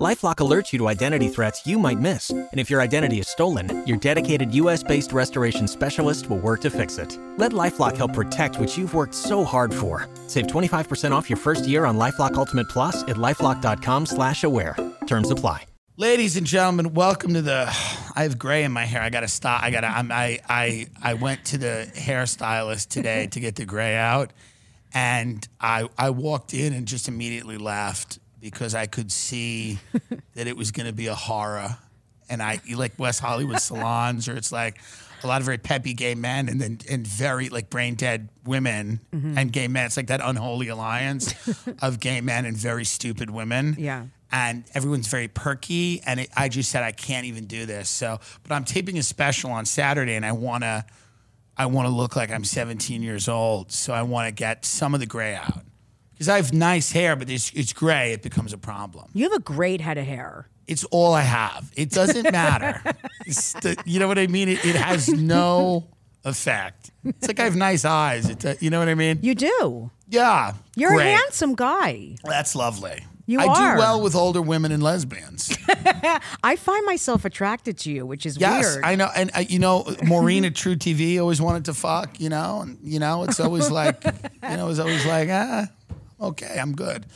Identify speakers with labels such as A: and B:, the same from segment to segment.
A: LifeLock alerts you to identity threats you might miss, and if your identity is stolen, your dedicated U.S.-based restoration specialist will work to fix it. Let LifeLock help protect what you've worked so hard for. Save 25% off your first year on LifeLock Ultimate Plus at lifeLock.com/slash-aware. Terms apply.
B: Ladies and gentlemen, welcome to the. I have gray in my hair. I gotta stop. I gotta. I'm, I I I went to the hairstylist today to get the gray out, and I I walked in and just immediately laughed because I could see that it was gonna be a horror. And I you like West Hollywood salons, or it's like a lot of very peppy gay men, and then and very like brain dead women and gay men. It's like that unholy alliance of gay men and very stupid women
C: Yeah.
B: and everyone's very perky. And it, I just said I can't even do this. So, but I'm taping a special on Saturday, and I wanna, I wanna look like I'm 17 years old. So I wanna get some of the gray out because I have nice hair, but it's, it's gray. It becomes a problem.
C: You have a great head of hair.
B: It's all I have. It doesn't matter. It's the- you know what I mean? It, it has no effect. It's like I have nice eyes. It, do- you know what I mean?
C: You do.
B: Yeah.
C: You're
B: great.
C: a handsome guy.
B: That's lovely.
C: You
B: I
C: are.
B: do well with older women and lesbians.
C: I find myself attracted to you, which is
B: Yes,
C: weird.
B: I know, and uh, you know, Maureen at True TV always wanted to fuck, you know, and you know, it's always like, you know, it's always like, ah, okay, I'm good.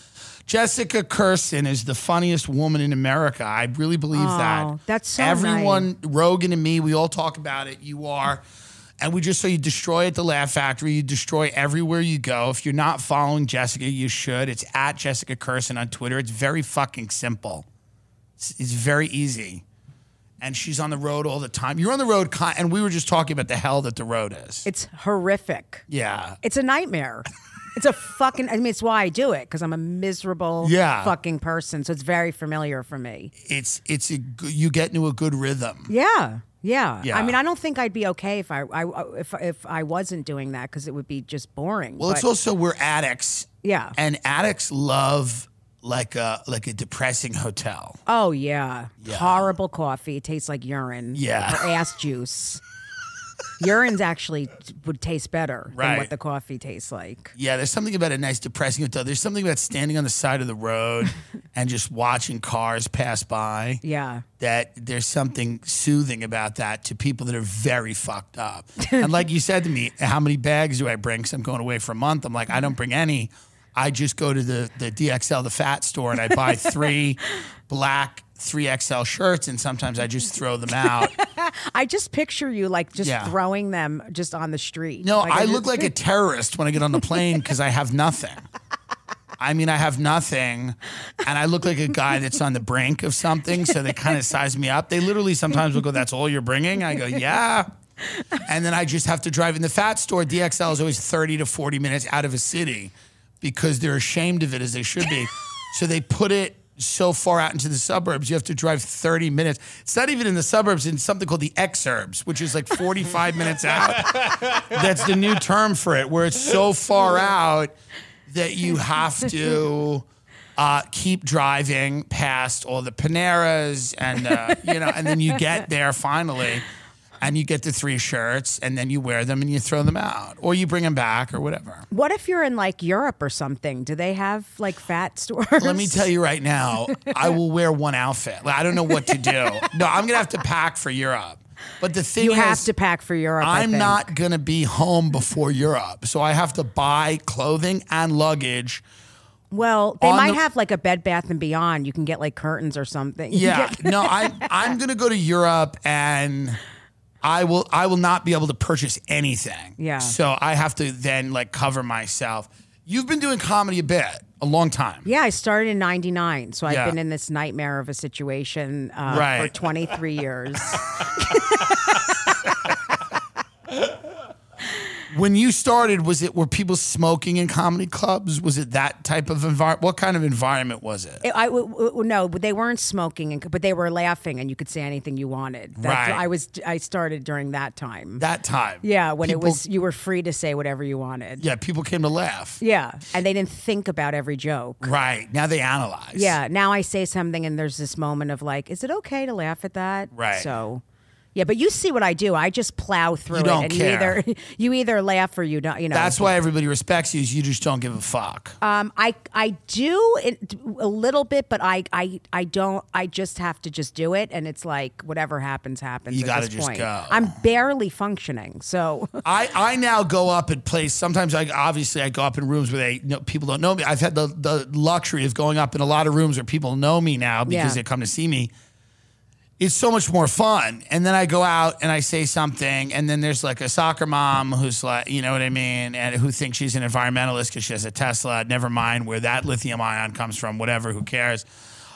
B: Jessica Kirsten is the funniest woman in America. I really believe
C: Oh,
B: that.
C: that's so
B: everyone. Rogan and me, we all talk about it. You are. And we just so you destroy at the Laugh Factory, you destroy everywhere you go. If you're not following Jessica, you should. It's at Jessica Kirsten on Twitter. It's very fucking simple. It's, it's very easy and she's on the road all the time. You're on the road, con- and we were just talking about the hell that the road is.
C: it's horrific.
B: yeah,
C: It's a nightmare. It's a fucking. I mean, it's why I do it because I'm a miserable
B: Yeah.
C: fucking person. So it's very familiar for me.
B: it's it's a, g- you get into a good rhythm.
C: Yeah, yeah.
B: Yeah.
C: I mean, I don't think I'd be okay if I, I if if I wasn't doing that because it would be just boring.
B: Well,
C: but,
B: it's also we're addicts,
C: yeah.
B: and addicts love like a like a depressing hotel.
C: Oh yeah. horrible coffee. It tastes like urine.
B: Yeah.
C: or ass juice. Urine's actually would taste better than
B: Right.
C: what the coffee tastes like.
B: Yeah, there's something about a nice depressing hotel. There's something about standing on the side of the road and just watching cars pass by.
C: Yeah,
B: that there's something soothing about that to people that are very fucked up. and like you said to me, how many bags do I bring? Because I'm going away for a month. I'm like, I don't bring any. I just go to the, the DXL, the fat store, and I buy three black 3XL shirts, and sometimes I just throw them out.
C: I just picture you like just
B: Yeah.
C: throwing them just on the street.
B: No,
C: Like,
B: I
C: just-
B: look like a terrorist when I get on the plane because I have nothing. I mean, I have nothing, and I look like a guy that's on the brink of something. So they kind of size me up. They literally sometimes will go, "That's all you're bringing." I go, "Yeah," and then I just have to drive in the fat store. DXL is always thirty to forty minutes out of a city because they're ashamed of it as they should be. so they put it so far out into the suburbs, you have to drive thirty minutes. It's not even in the suburbs; it's in something called the exurbs, which is like forty-five minutes out. That's the new term for it, where it's so far out that you have to uh, keep driving past all the Paneras, and uh, you know, and then you get there finally, and you get the three shirts, and then you wear them and you throw them out, or you bring them back, or whatever.
C: What if you're in like Europe or something? Do they have like fat stores?
B: Let me tell you right now, I will wear one outfit. Like, I don't know what to do. No, I'm gonna have to pack for Europe. But the thing
C: You
B: is,
C: have to pack for Europe. I
B: I'm
C: think.
B: not going to be home before Europe. So I have to buy clothing and luggage.
C: Well, they
B: on
C: might
B: the-
C: have like a Bed Bath and Beyond. You can get like curtains or something. You
B: Yeah.
C: get-
B: No, I I'm going to go to Europe and I will I will not be able to purchase anything.
C: Yeah.
B: So I have to then like cover myself. You've been doing comedy a bit, a long time.
C: Yeah, I started in '99, so I've
B: Yeah.
C: been in this nightmare of a situation uh, for
B: Right.
C: 23 years.
B: When you started, was it were people smoking in comedy clubs? Was it that type of environment? What kind of environment was it?
C: It- I w- w- no, but they weren't smoking, and, but they were laughing, and you could say anything you wanted. That's-
B: Right.
C: I was. I started during that time.
B: that time.
C: yeah, when
B: people-
C: it was, you were free to say whatever you wanted.
B: Yeah, people came to laugh.
C: Yeah, and they didn't think about every joke.
B: Right. Now they analyze.
C: Yeah. Now I say something, and there's this moment of like, is it okay to laugh at that?
B: Right.
C: So. Yeah, but you see what I do. I just plow through
B: don't
C: it, and
B: care.
C: you either you either laugh or you don't. You know,
B: That's why everybody respects you is you just don't give a fuck.
C: Um, I I do it, a little bit, but I, I I don't. I just have to just do it, and it's like whatever happens, happens.
B: You
C: at
B: gotta
C: this
B: just
C: point.
B: go.
C: I'm barely functioning, so
B: I, I now go up at place. Sometimes I obviously I go up in rooms where they no people don't know me. I've had the, the luxury of going up in a lot of rooms where people know me now because
C: Yeah.
B: they come to see me. It's so much more fun. And then I go out and I say something, and then there's like a soccer mom who's like, you know what I mean, and who thinks she's an environmentalist because she has a Tesla. Never mind where that lithium ion comes from. Whatever, who cares?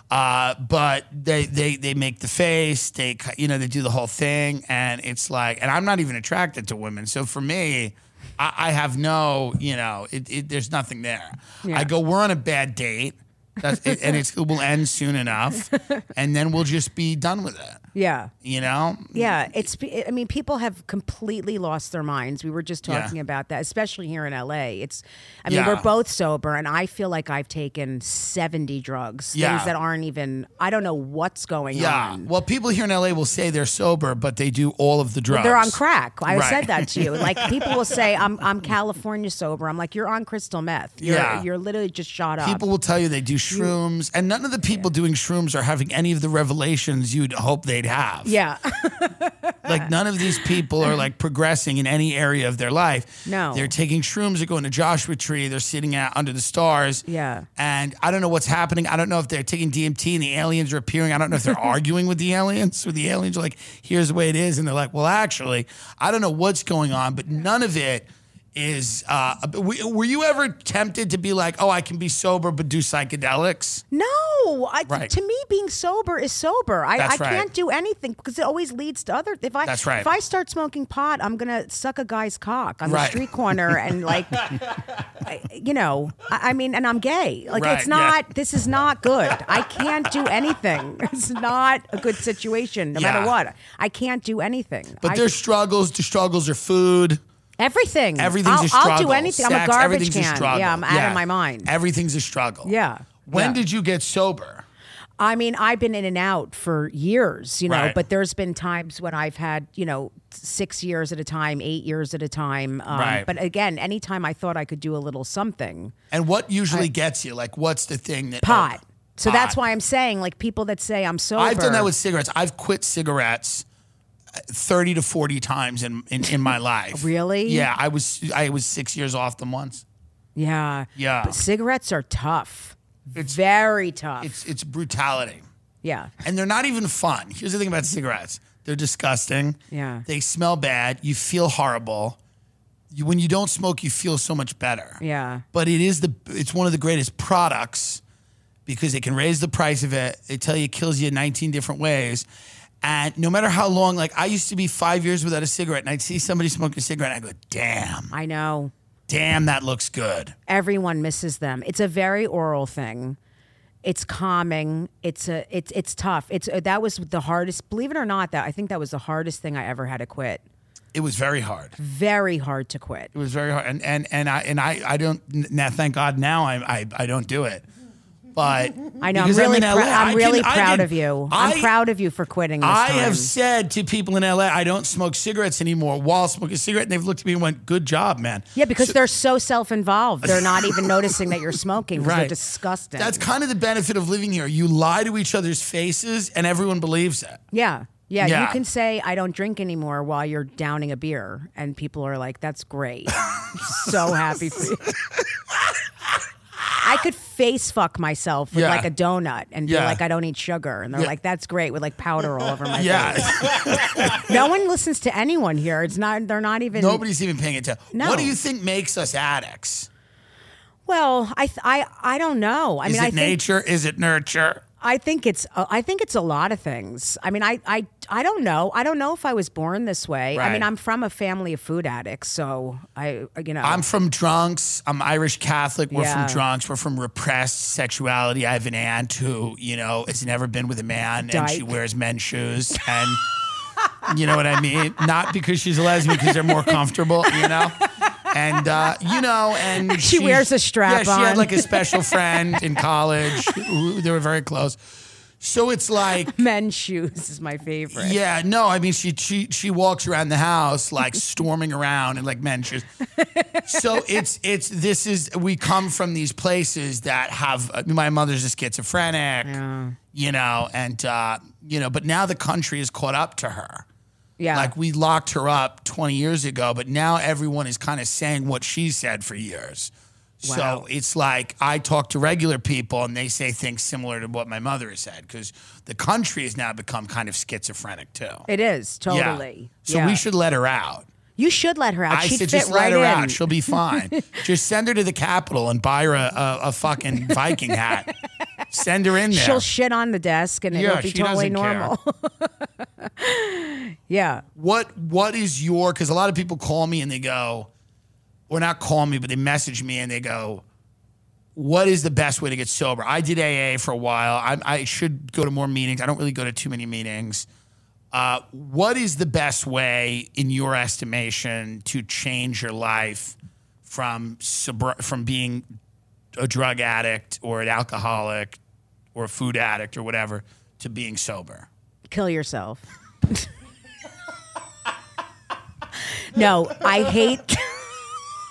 B: Uh, but they they they make the face. They cu- you know they do the whole thing, and it's like, and I'm not even attracted to women. So for me, I, I have no you know, it, it, there's nothing there. I go, we're on a bad date. That's it, and it's, it will end soon enough, and then we'll just be done with it.
C: yeah,
B: You know,
C: yeah. It's I mean, people have completely lost their minds. We were just
B: Yeah.
C: talking about that, especially here in L.A. It's I mean,
B: Yeah.
C: we're both sober, and I feel like I've taken seventy drugs,
B: Yeah.
C: things that aren't even. I don't know what's going
B: yeah.
C: on.
B: Well, people here in LA will say they're sober, but they do all of the drugs.
C: They're on crack. I
B: Right.
C: said that to you. Like people will say, "I'm I'm California sober." I'm like, "You're on crystal meth. You're,
B: Yeah.
C: you're literally just shot up."
B: People will tell you they do shrooms, and none of the people doing shrooms are having any of the revelations you'd hope they'd have.
C: yeah,
B: Like none of these people are like progressing in any area of their life.
C: No.
B: They're taking shrooms, they're going to Joshua Tree, they're sitting out under the stars.
C: Yeah.
B: And I don't know what's happening. I don't know if they're taking DMT and the aliens are appearing. I don't know if they're arguing with the aliens or the aliens are like, here's the way it is. And they're like, well, actually, I don't know what's going on, but none of it is. Uh, w- were you ever tempted to be like, oh, I can be sober but do psychedelics?
C: no. I,
B: Right.
C: To me, being sober is sober. I,
B: That's
C: I
B: right.
C: can't do anything because it always leads to other. If I
B: That's right.
C: if I start smoking pot, I'm gonna suck a guy's cock on
B: Right.
C: the street corner and like, I, you know, I, I mean, and I'm gay. Like
B: Right,
C: it's
B: yeah.
C: not. This is not good. I can't do anything. It's not a good situation. No
B: Yeah.
C: matter what, I can't do anything.
B: But
C: I
B: there's struggles. The struggles are food.
C: Everything.
B: Everything's
C: I'll,
B: a struggle.
C: I'll do anything. I'm a
B: Sex,
C: garbage
B: everything's a
C: can.
B: struggle.
C: Yeah, I'm out of my mind.
B: Everything's a struggle.
C: Yeah.
B: When
C: Yeah.
B: did you get sober?
C: I mean, I've been in and out for years, you know,
B: Right.
C: but there's been times when I've had, you know, six years at a time, eight years at a time. Um,
B: Right.
C: But again, anytime I thought I could do a little something,
B: And what usually gets you? Like, what's the thing that
C: pot. So that's
B: Pot.
C: why I'm saying, like, people that say I'm sober.
B: I've done that with cigarettes. I've quit cigarettes uh, thirty to forty times in in, in my life.
C: Really?
B: Yeah, I was I was six years off them once.
C: Yeah.
B: Yeah.
C: But cigarettes are tough. Very tough.
B: It's it's brutality,
C: yeah.
B: and they're not even fun. Here's the thing about cigarettes: they're disgusting.
C: Yeah.
B: They smell bad. You feel horrible. You, when you don't smoke, you feel so much better.
C: Yeah.
B: But it is the it's one of the greatest products because they can raise the price of it. They tell you it kills you in 19 different ways. And no matter how long, like I used to be five years without a cigarette, and I'd see somebody smoking a cigarette, and I go, damn,
C: I know.
B: damn, that looks good.
C: everyone misses them. It's a very oral thing. It's calming. It's a it's it's tough. It's uh, that was the hardest. Believe it or not, that I think that was the hardest thing I ever had to quit.
B: It was very hard.
C: Very hard to quit.
B: It was very hard, and and and I and I I don't n- now. Thank God now I I, I don't do it. But
C: I know. I'm
B: because
C: really
B: in
C: prou-
B: LA, I
C: I'm
B: can-
C: really
B: I
C: proud
B: can-
C: of you. I,
B: I-
C: am proud of you for quitting. This
B: I
C: time.
B: have said to people in LA, I don't smoke cigarettes anymore while smoking a cigarette. And they've looked at me and went, good job, man.
C: Yeah, because they're so self-involved, they're not even noticing that you're smoking. 'cause
B: Right.
C: They're disgusting.
B: That's kind of the benefit of living here. You lie to each other's faces and everyone believes it.
C: yeah. yeah,
B: Yeah.
C: You can say I don't drink anymore while you're downing a beer, and people are like, "That's great." so happy for you. I could face fuck myself with
B: Yeah.
C: like a donut and
B: Yeah.
C: be like, I don't eat sugar. And they're
B: Yeah.
C: like, that's great with like powder all over my face.
B: Yeah.
C: No one listens to anyone here. It's not, they're not even.
B: Nobody's even paying attention.
C: No.
B: What do you think makes us addicts?
C: Well, I, th- I, I don't know. I
B: Is
C: mean, I
B: it
C: think
B: nature? Is it nurture?
C: I think it's uh, I think it's a lot of things. I mean, I I I don't know. I don't know if I was born this way. I
B: Right.
C: mean, I'm from a family of food addicts, so I you know
B: I'm from drunks. I'm Irish Catholic. We're
C: Yeah.
B: from drunks. We're from repressed sexuality. I have an aunt who, you know, has never been with a man and she
C: Dyke.
B: wears men's shoes. And you know what I mean? Not because she's a lesbian, because they're more comfortable, you know? And, uh, you know, and
C: She
B: she's-
C: wears a strap
B: Yeah, she
C: on.
B: had like a special friend in college. who- They were very close. So it's like,
C: men's shoes is my favorite.
B: yeah, no, I mean she she she walks around the house like storming around and like men shoes. so it's it's this is we come from these places that have I mean, my mother's a schizophrenic, you know, and uh, you know, but now the country is caught up to her.
C: Yeah.
B: Like we locked her up 20 years ago, but now everyone is kind of saying what she said for years. So it's like I talk to regular people and they say things similar to what my mother has said because the country has now become kind of schizophrenic too.
C: it is totally.
B: So
C: Yeah.
B: we should let her out.
C: You should let her out.
B: I
C: She'd
B: said
C: fit
B: just let
C: right
B: her
C: in.
B: out. She'll be fine. just send her to the Capitol and buy her a, a, a fucking Viking hat. send her in there.
C: She'll shit on the desk and
B: Yeah,
C: it'll be
B: she
C: totally
B: doesn't care.
C: normal. yeah.
B: what what is your because a lot of people call me and they go or not call me but they message me and they go what is the best way to get sober i did aa for a while i, I should go to more meetings i don't really go to too many meetings uh, what is the best way in your estimation to change your life from sobr- from being a drug addict or an alcoholic or a food addict or whatever to being sober
C: kill yourself. no, I hate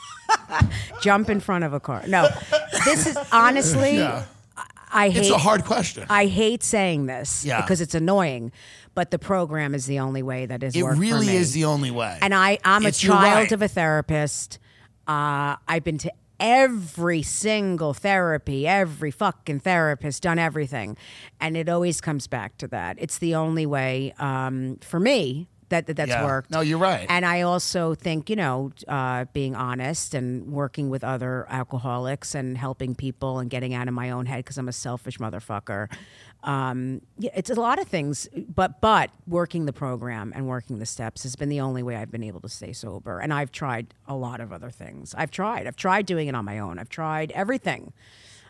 C: jump in front of a car. No, this is honestly, I, I
B: it's
C: hate.
B: a hard question
C: I hate saying this
B: Yeah.
C: because it's annoying, but the program is the only way that is.
B: It really is the only way.
C: And I, I'm
B: It's-
C: a
B: you're
C: child
B: right.
C: of a therapist. Uh, I've been to every single therapy, every fucking therapist, done everything. And it always comes back to that. It's the only way um, for me that, that that's
B: Yeah.
C: worked.
B: No, you're right.
C: And I also think, you know, uh, being honest and working with other alcoholics and helping people and getting out of my own head because I'm a selfish motherfucker. Um, yeah, it's a lot of things, but but working the program and working the steps has been the only way I've been able to stay sober. And I've tried a lot of other things. I've tried. I've tried doing it on my own. I've tried everything.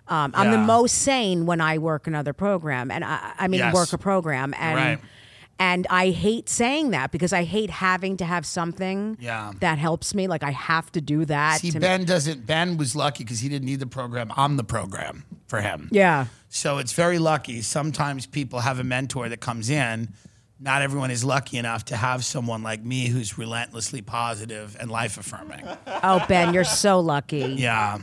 C: Um, I'm the
B: Yeah.
C: most sane when I work another program, and I, I mean
B: Yes.
C: work a program, and
B: Right.
C: and I hate saying that because I hate having to have something
B: Yeah.
C: that helps me. Like I have to do that.
B: See,
C: to
B: Ben doesn't. Ben was lucky because he didn't need the program. I'm the program for him.
C: yeah.
B: So it's very lucky. Sometimes people have a mentor that comes in. Not everyone is lucky enough to have someone like me who's relentlessly positive and life affirming.
C: Oh, Ben, you're so lucky.
B: Yeah,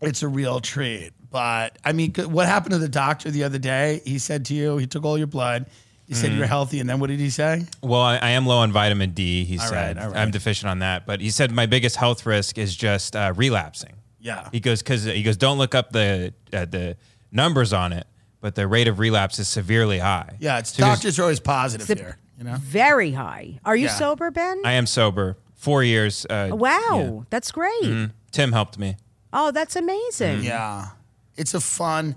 B: it's a real treat. But I mean, what happened to the doctor the other day? He said to you, he took all your blood. He said you were healthy, and then what did he say?
D: Well, I, I am low on vitamin D. He said
B: right, all right.
D: I'm deficient on that, but he said my biggest health risk is just uh, relapsing.
B: Yeah.
D: he goes because he goes don't look up the uh, the numbers on it, but the rate of relapse is severely high.
B: Yeah, it's
D: So he goes,
B: doctors are always positive here. You know,
C: Very high. Are you
B: Yeah.
C: sober, Ben?
D: I am sober. Four years. Uh,
C: wow, that's great.
D: Tim helped me.
C: Oh, that's amazing.
B: Yeah. It's a fun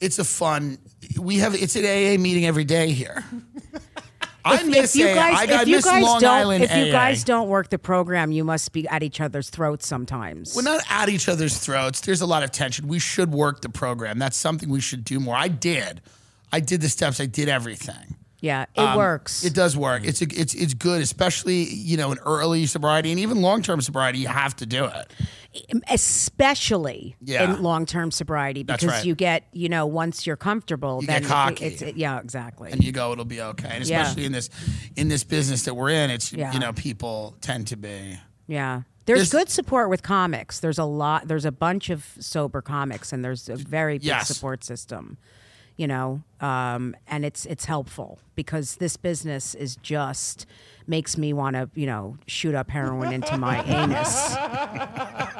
B: it's a fun we have it's an AA meeting every day here. I miss
C: If you
B: AA.
C: guys,
B: I, I
C: if you
B: miss
C: guys
B: Long
C: don't,
B: Island
C: if you
B: AA.
C: guys don't work the program, you must be at each other's throats sometimes.
B: We're not at each other's throats. There's a lot of tension. We should work the program. That's something we should do more. I did. I did the steps. I did everything.
C: yeah, it
B: Um,
C: works.
B: It does work. It's a, it's it's good, especially you know in early sobriety and even long term sobriety. You have to do it.
C: especially
B: Yeah.
C: in long-term sobriety because
B: right.
C: you get you know once you're comfortable
B: get
C: then
B: cocky.
C: It, it's, yeah exactly
B: and you go, it'll be okay. And
C: Yeah.
B: especially in this in this business that we're in, it's
C: Yeah.
B: you know people tend to be.
C: yeah there's,
B: There's-
C: good support with comics there's a lot there's a bunch of sober comics and there's a very big
B: Yes.
C: support system you know um, and it's it's helpful because this business is just makes me want to you know shoot up heroin into my anus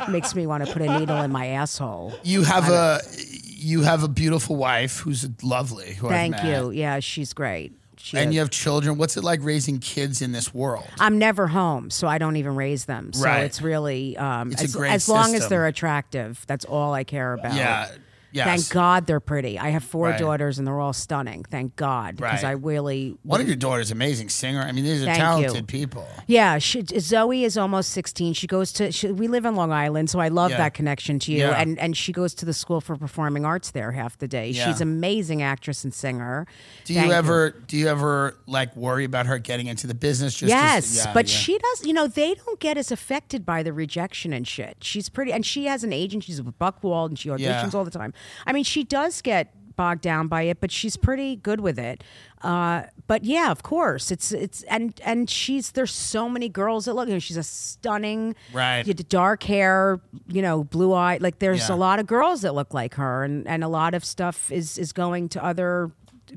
C: makes me want to put a needle in my asshole
B: You have a you have a beautiful wife who's lovely. Who I've
C: thank
B: met.
C: you yeah she's great she
B: And
C: is.
B: you have children. What's it like raising kids in this world?
C: I'm never home, so I don't even raise them. So
B: Right.
C: it's really um,
B: It's a
C: as,
B: great
C: as long as
B: system.
C: they're attractive. That's all I care about.
B: Yeah, Yes.
C: Thank God they're pretty. I have four
B: Right.
C: daughters and they're all stunning. Thank God because
B: Right.
C: I really
B: One of your daughters, amazing singer. I mean, these are
C: Thank you.
B: talented people.
C: Yeah, she, Zoe is almost 16. She goes to she, we live in Long Island, so I love
B: Yeah.
C: that connection to you.
B: Yeah.
C: And and she goes to the school for performing arts there half the day.
B: Yeah.
C: She's amazing actress and singer.
B: Do
C: Thank
B: you ever do you ever like worry about her getting into the business? Just
C: Yes,
B: as, yeah,
C: but
B: yeah.
C: she does. You know, they don't get as affected by the rejection and shit. She's pretty, and she has an agent. She's with Buckwald, and she auditions
B: Yeah.
C: all the time. I mean, she does get bogged down by it, but she's pretty good with it. Uh, but yeah, of course, it's it's and and she's there's so many girls that look. You know, she's a stunning,
B: Right.
C: you- Dark hair, you know, blue eye. Like there's
B: Yeah.
C: a lot of girls that look like her, and and a lot of stuff is is going to other.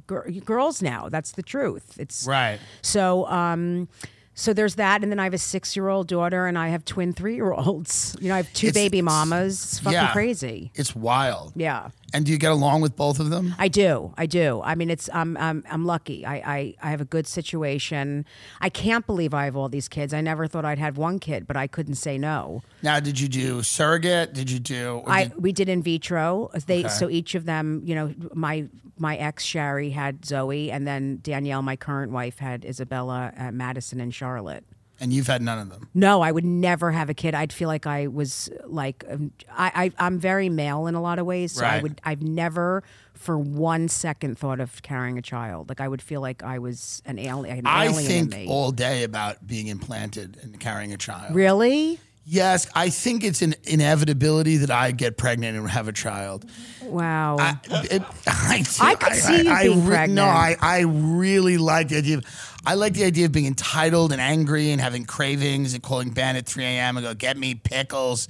C: gir- Girls now. That's the truth. It's
B: Right.
C: so, um, so there's that, and then I have a six-year-old daughter, and I have twin three-year-olds. You know, I have two
B: It's-
C: baby mamas. It's fucking
B: yeah.
C: crazy.
B: It's wild.
C: Yeah,
B: And do you get along with both of them?
C: I do. I do. I mean, it's I'm I'm, I'm lucky. I, I I have a good situation. I can't believe I have all these kids. I never thought I'd have one kid, but I couldn't say no.
B: Now, did you do surrogate? Did you do? or
C: I
B: did-
C: we did in vitro. They so each of them, you know, my my ex Shari had Zoe, and then Danielle, my current wife, had Isabella, uh, Madison, and Charlotte.
B: and you've had none of them.
C: No, I would never have a kid. I'd feel like I was like um, I, I I'm very male in a lot of ways, so I
B: Right.
C: would I've never for one second thought of carrying a child. Like I would feel like I was an alien. An
B: I
C: alien
B: think
C: in me.
B: all day about being implanted and carrying a child.
C: really.
B: Yes, I think it's an inevitability that I get pregnant and have a child.
C: Wow.
B: I, it, I, do-
C: I could see you being pregnant.
B: No, I, I really like the idea. Of, I like the idea of being entitled and angry and having cravings and calling Ben at 3 a.m. and go, get me pickles.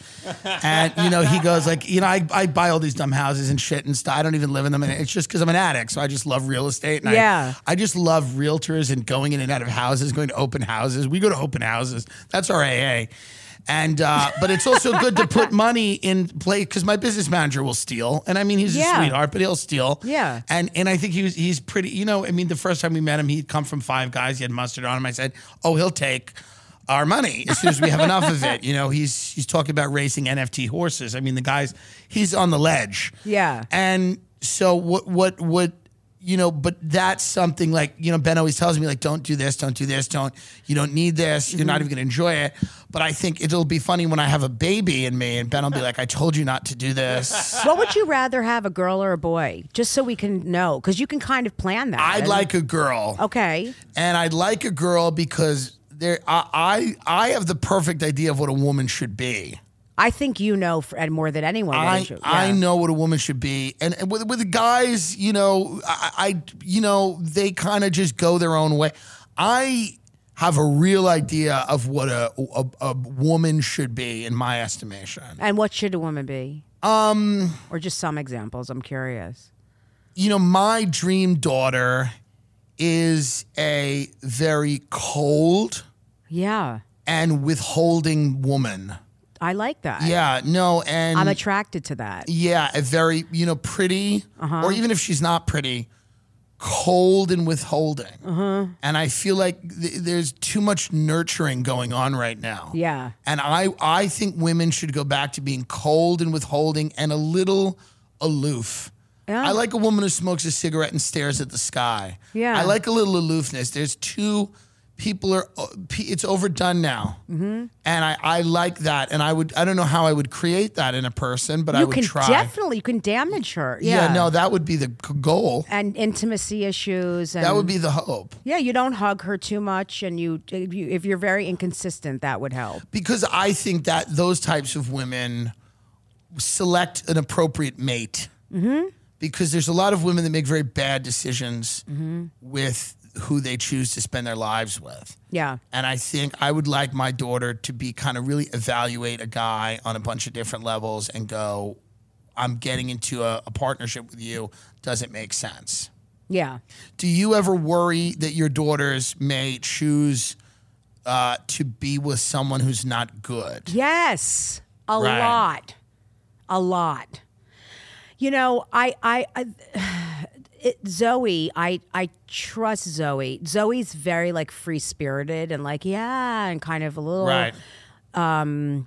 B: And, you know, he goes like, you know, I, I buy all these dumb houses and shit and stuff. I don't even live in them. And it's just because I'm an addict. So I just love real estate. And
C: Yeah.
B: I, I just love realtors and going in and out of houses, going to open houses. We go to open houses. That's our AA. And uh, but it's also good to put money in play because my business manager will steal, and I mean he's
C: Yeah.
B: a sweetheart, but he'll steal.
C: Yeah.
B: And and I think he was he's pretty. You know, I mean, the first time we met him, he'd come from Five Guys. He had mustard on him. I said, "Oh, he'll take our money as soon as we have enough of it." You know, he's he's talking about racing NFT horses. I mean, the guys he's on the ledge.
C: Yeah.
B: And so what what what you know, but that's something like you know Ben always tells me like don't do this, don't do this, don't you don't need this, you're not even gonna enjoy it. But I think it'll be funny when I have a baby in me and Ben will be like, I told you not to do this.
C: what would you rather have, a girl or a boy? Just so we can know, because you can kind of plan that.
B: I'd
C: And-
B: like a girl.
C: Okay.
B: and I'd like a girl because there I, I I have the perfect idea of what a woman should be.
C: I think you know, for, and more than anyone.
B: I
C: don't you?
B: I
C: Yeah.
B: know what a woman should be, and, and with with the guys, you know, I, I you know they kind of just go their own way. I have a real idea of what a, a a woman should be in my estimation.
C: And what should a woman be? Um. Or just some examples. I'm curious.
B: You know, my dream daughter is a very cold
C: Yeah,
B: and withholding woman.
C: I like that.
B: Yeah, no, and
C: I'm attracted to that.
B: Mm.
C: Uh-huh.
B: Yeah, a very you know pretty, or even if she's not pretty, cold and withholding.
C: Uh-huh.
B: And I feel like th- there's too much nurturing going on right now.
C: Yeah.
B: And I I think women should go back to being cold and withholding and a little aloof.
C: Yeah.
B: I like a woman who smokes a cigarette and stares at the sky.
C: Yeah.
B: I like a little aloofness. There's two people are uh, it's overdone now. Mm-hmm. And I, I like that. And I would I don't know how I would create that in a person, but I
C: you
B: would
C: can
B: try.
C: definitely you can damage her.
B: yeah.
C: Yeah.
B: no, that would be the c- goal.
C: And intimacy issues. And,
B: That would be the hope.
C: Yeah, you don't hug her too much, and you if, you if you're very inconsistent, that would help.
B: Because I think that those types of women select an appropriate mate. Mm-hmm. Because there's a lot of women that make very bad decisions
C: Mm-hmm.
B: with who they choose to spend their lives with.
C: Yeah.
B: And I think I would like my daughter to be kind of really evaluate a guy on a bunch of different levels and go, I'm getting into a, a partnership with you. Does it make sense?
C: Yeah.
B: Do you ever worry that your daughters may choose uh, to be with someone who's not good?
C: Yes. A
B: Right.
C: lot. A lot. You know, I I, I it, Zoe, I I trust Zoe. Zoe's very like free spirited and like yeah, and kind of a little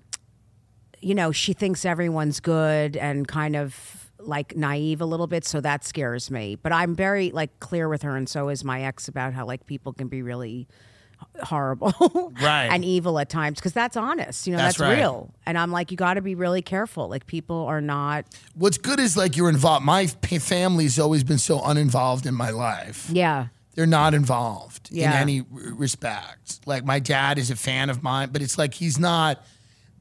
C: you know, she thinks everyone's good and kind of like naive a little bit, so that scares me. But I'm very like clear with her, and so is my ex about how like people can be really h- horrible
B: Right.
C: and evil at times because that's honest you know
B: That's
C: that's,
B: right.
C: real and i'm like you got to be really careful like people are not
B: What's good is like you're involved. My p- family's always been so uninvolved in my life.
C: yeah
B: They're not involved in
C: Yeah.
B: any r- respect. Like my dad is a fan of mine, but it's like he's not.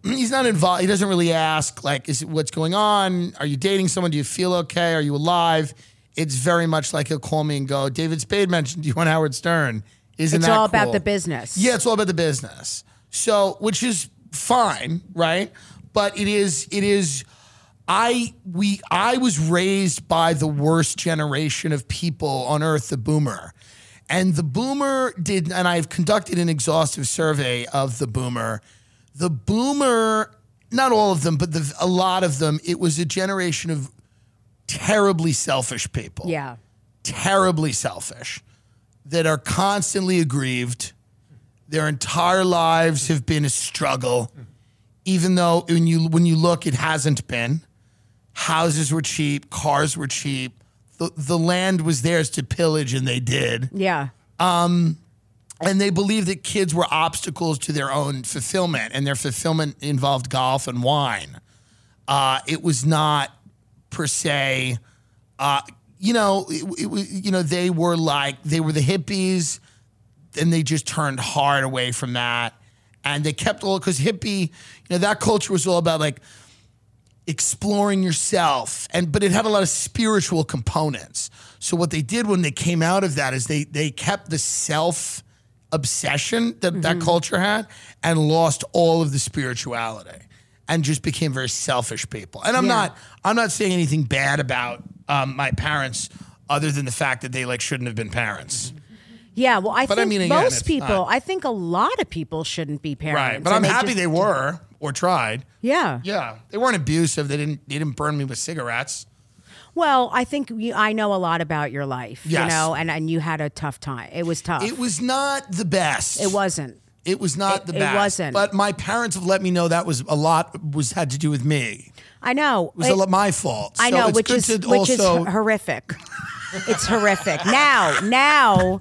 B: He's not involved. He doesn't really ask like, "Is what's going on? Are you dating someone? Do you feel okay? Are you alive?" It's very much like he'll call me and go, "David Spade mentioned you on Howard Stern." Isn't
C: it's
B: that
C: all about
B: cool?"
C: the business
B: Yeah, it's all about the business. So, which is fine, right? But it is it is I we I was raised by the worst generation of people on earth, the boomer. And the boomer did and I've conducted an exhaustive survey of the boomer. The boomer, not all of them, but the, a lot of them, it was a generation of terribly selfish people
C: yeah
B: terribly selfish that are constantly aggrieved. Their entire lives have been a struggle, even though when you when you look, it hasn't been. Houses were cheap, cars were cheap. The, the land was theirs to pillage, and they did.
C: yeah
B: And they believed that kids were obstacles to their own fulfillment, and their fulfillment involved golf and wine. Uh, it was not per se, uh, you know, it, it, was- you know, they were like they were the hippies, and they just turned hard away from that, and they kept all because hippie, you know, that culture was all about like exploring yourself and but it had a lot of spiritual components so what they did when they came out of that is they they kept the self obsession that that culture had and lost all of the spirituality and just became very selfish people and i'm
C: Yeah.
B: not i'm not saying anything bad about um, my parents other than the fact that they like shouldn't have been parents
C: Yeah, well, I
B: But I
C: think
B: mean, again, it's
C: most people,
B: not-
C: I think a lot of people shouldn't be parents.
B: right but i'm
C: and they
B: happy
C: just-
B: they were or tried
C: Yeah.
B: yeah they weren't abusive they didn't they didn't burn me with cigarettes
C: Well, I think you, I know a lot about your life,
B: Yes.
C: you know, and, and you had a tough time. It was tough.
B: it was not the best
C: Uh, It wasn't.
B: It was not the
C: it
B: best.
C: wasn't.
B: But my parents have let me know that was a lot was had to do with me.
C: I know.
B: It was a lot my fault.
C: I
B: So
C: know,
B: it's
C: which
B: good
C: is
B: to
C: which is
B: also
C: hor- horrific. it's horrific. Now, now,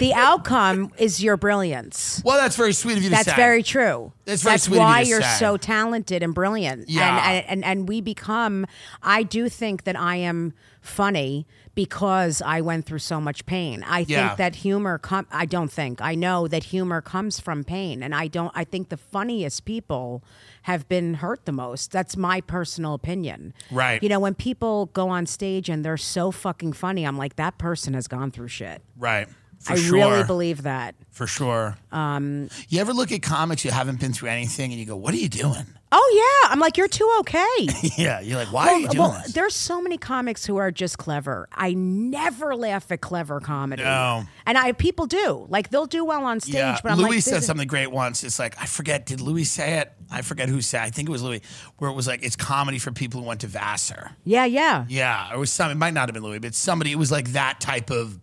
C: the outcome is your brilliance.
B: well, that's very sweet of you to
C: That's
B: say.
C: very true.
B: That's very sweet of you
C: why
B: to
C: are
B: say.
C: so talented and brilliant.
B: Yeah.
C: And, and, and and we become. I do think that I am funny because I went through so much pain. I
B: Yeah.
C: think that humor com- I don't think. I know that humor comes from pain, and I don't. I think the funniest people have been hurt the most. That's my personal opinion.
B: Right.
C: You know, when people go on stage and they're so fucking funny, I'm like, that person has gone through shit.
B: right. For
C: I
B: sure.
C: really believe that.
B: for sure. Um, you ever look at comics who haven't been through anything and you go, "What are you doing?"
C: Oh yeah, I'm like, you're too okay.
B: yeah, you're like, "Why are you doing
C: Well,
B: this?"
C: there's so many comics who are just clever. I never laugh at clever comedy.
B: No.
C: And I people do. Like they'll do well on stage,
B: Yeah,
C: but I'm
B: Louis
C: like, this
B: said
C: is-
B: something great once. It's like I forget. Did Louis say it? I forget who said. I think it was Louis. Where it was like it's comedy for people who went to Vassar.
C: Yeah, yeah.
B: Yeah, it was some. It might not have been Louis, but somebody. It was like that type of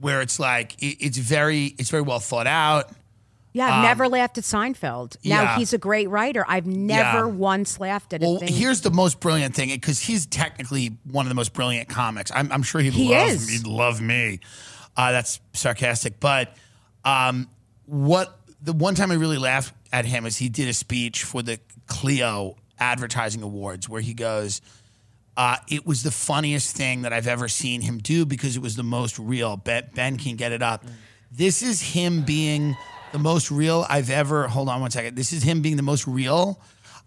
B: where it's like it, it's very it's very well thought out.
C: Yeah, I've never laughed at Seinfeld. Now
B: Um, yeah.
C: he's a great writer. I've never once laughed at a
B: Well,
C: thing.
B: here's the most brilliant thing because he's technically one of the most brilliant comics. I'm, I'm sure he'd
C: He
B: love
C: is.
B: he'd love me. Uh, that's sarcastic, but um, what the one time I really laughed at him is he did a speech for the Clio Advertising Awards where he goes. Uh, it was the funniest thing that I've ever seen him do because it was the most real. Ben, ben can get it up. This is him being the most real I've ever. Hold on one second. This is him being the most real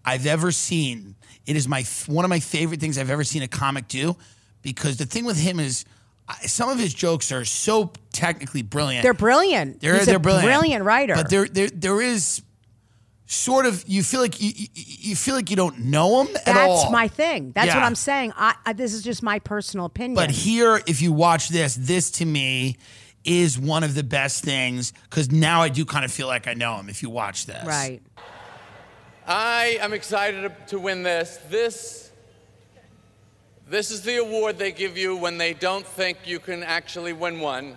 B: I've ever seen. It is my one of my favorite things I've ever seen a comic do because the thing with him is uh, some of his jokes are so technically brilliant.
C: they're brilliant.
B: They're,
C: he's
B: they're
C: a
B: brilliant.
C: writer.
B: But there, there, there is sort of you feel like you, you, you feel like you don't know him at all.
C: That's my thing. That's what
B: Yeah.
C: I'm saying. I, I this is just my personal opinion.
B: But here, if you watch this, this to me is one of the best things because now I do kind of feel like I know him if you watch this.
C: right.
E: I am excited to- to win this. This this is the award they give you when they don't think you can actually win one.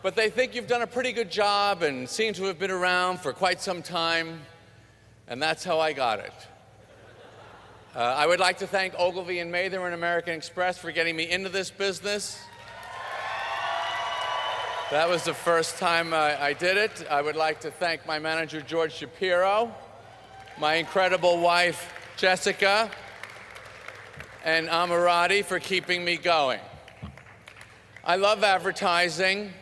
E: But they think you've done a pretty good job and seem to have been around for quite some time. And that's how I got it. Uh, I would like to thank Ogilvy and Mather and American Express for getting me into this business. That was the first time uh, I, I did it. I would like to thank my manager, George Shapiro, my incredible wife, Jessica, and Amirati for keeping me going. I love advertising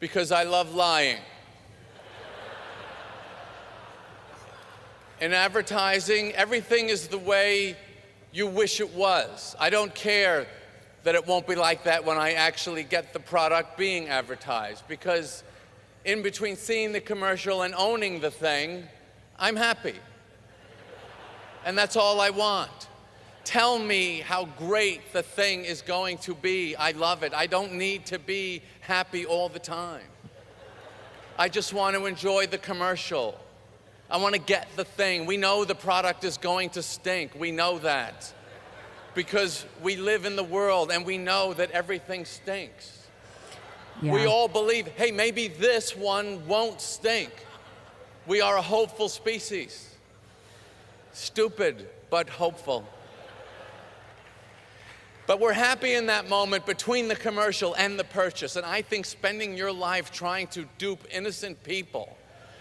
E: because I love lying. In advertising, everything is the way you wish it was. I don't care that it won't be like that when I actually get the product being advertised because in between seeing the commercial and owning the thing, I'm happy. And that's all I want. Tell me how great the thing is going to be. I love it. I don't need to be happy all the time. I just want to enjoy the commercial. I want to get the thing. We know the product is going to stink. We know that. Because we live in the world and we know that everything stinks.
C: Yeah.
E: We all believe, hey, maybe this one won't stink. We are a hopeful species. Stupid, but hopeful. But we're happy in that moment between the commercial and the purchase. And I think spending your life trying to dupe innocent people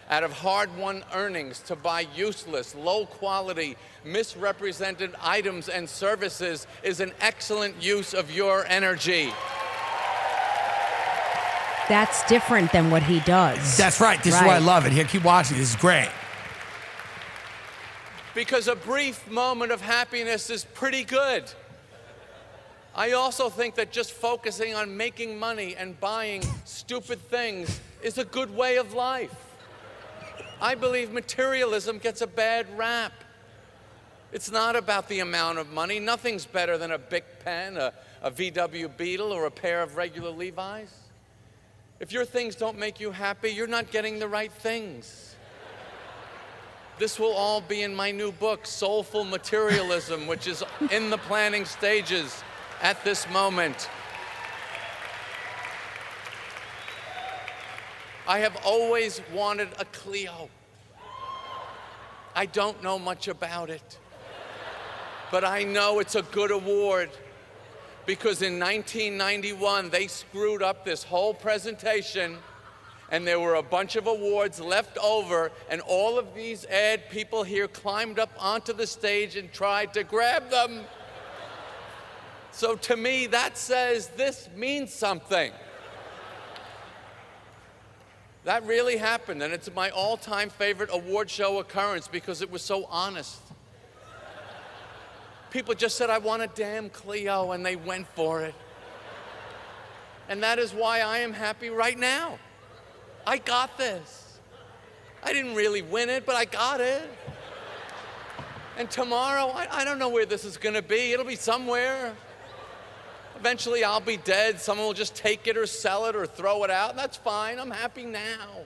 E: out of hard won earnings to buy useless, low quality, misrepresented items and services is an excellent use of your energy.
C: That's different than what he does.
B: That's right. This is why I
C: Right.
B: love it. Here, keep watching. This is great.
E: because a brief moment of happiness is pretty good. I also think that just focusing on making money and buying stupid things is a good way of life. I believe materialism gets a bad rap. It's not about the amount of money. Nothing's better than a Bic pen, a, a VW Beetle, or a pair of regular Levi's. If your things don't make you happy, you're not getting the right things. This will all be in my new book, Soulful Materialism, which is in the planning stages at this moment. I have always wanted a Clio. I don't know much about it, but I know it's a good award because in 1991 they screwed up this whole presentation and there were a bunch of awards left over, and all of these ad people here climbed up onto the stage and tried to grab them. So to me, that says this means something. That really happened, and it's my all time favorite award show occurrence because it was so honest. People just said, I want a damn Clio, and they went for it. And that is why I am happy right now. I got this. I didn't really win it, but I got it. And tomorrow, I, I don't know where this is gonna be. It'll be somewhere. Eventually, I'll be dead. Someone will just take it or sell it or throw it out. That's fine. I'm happy now.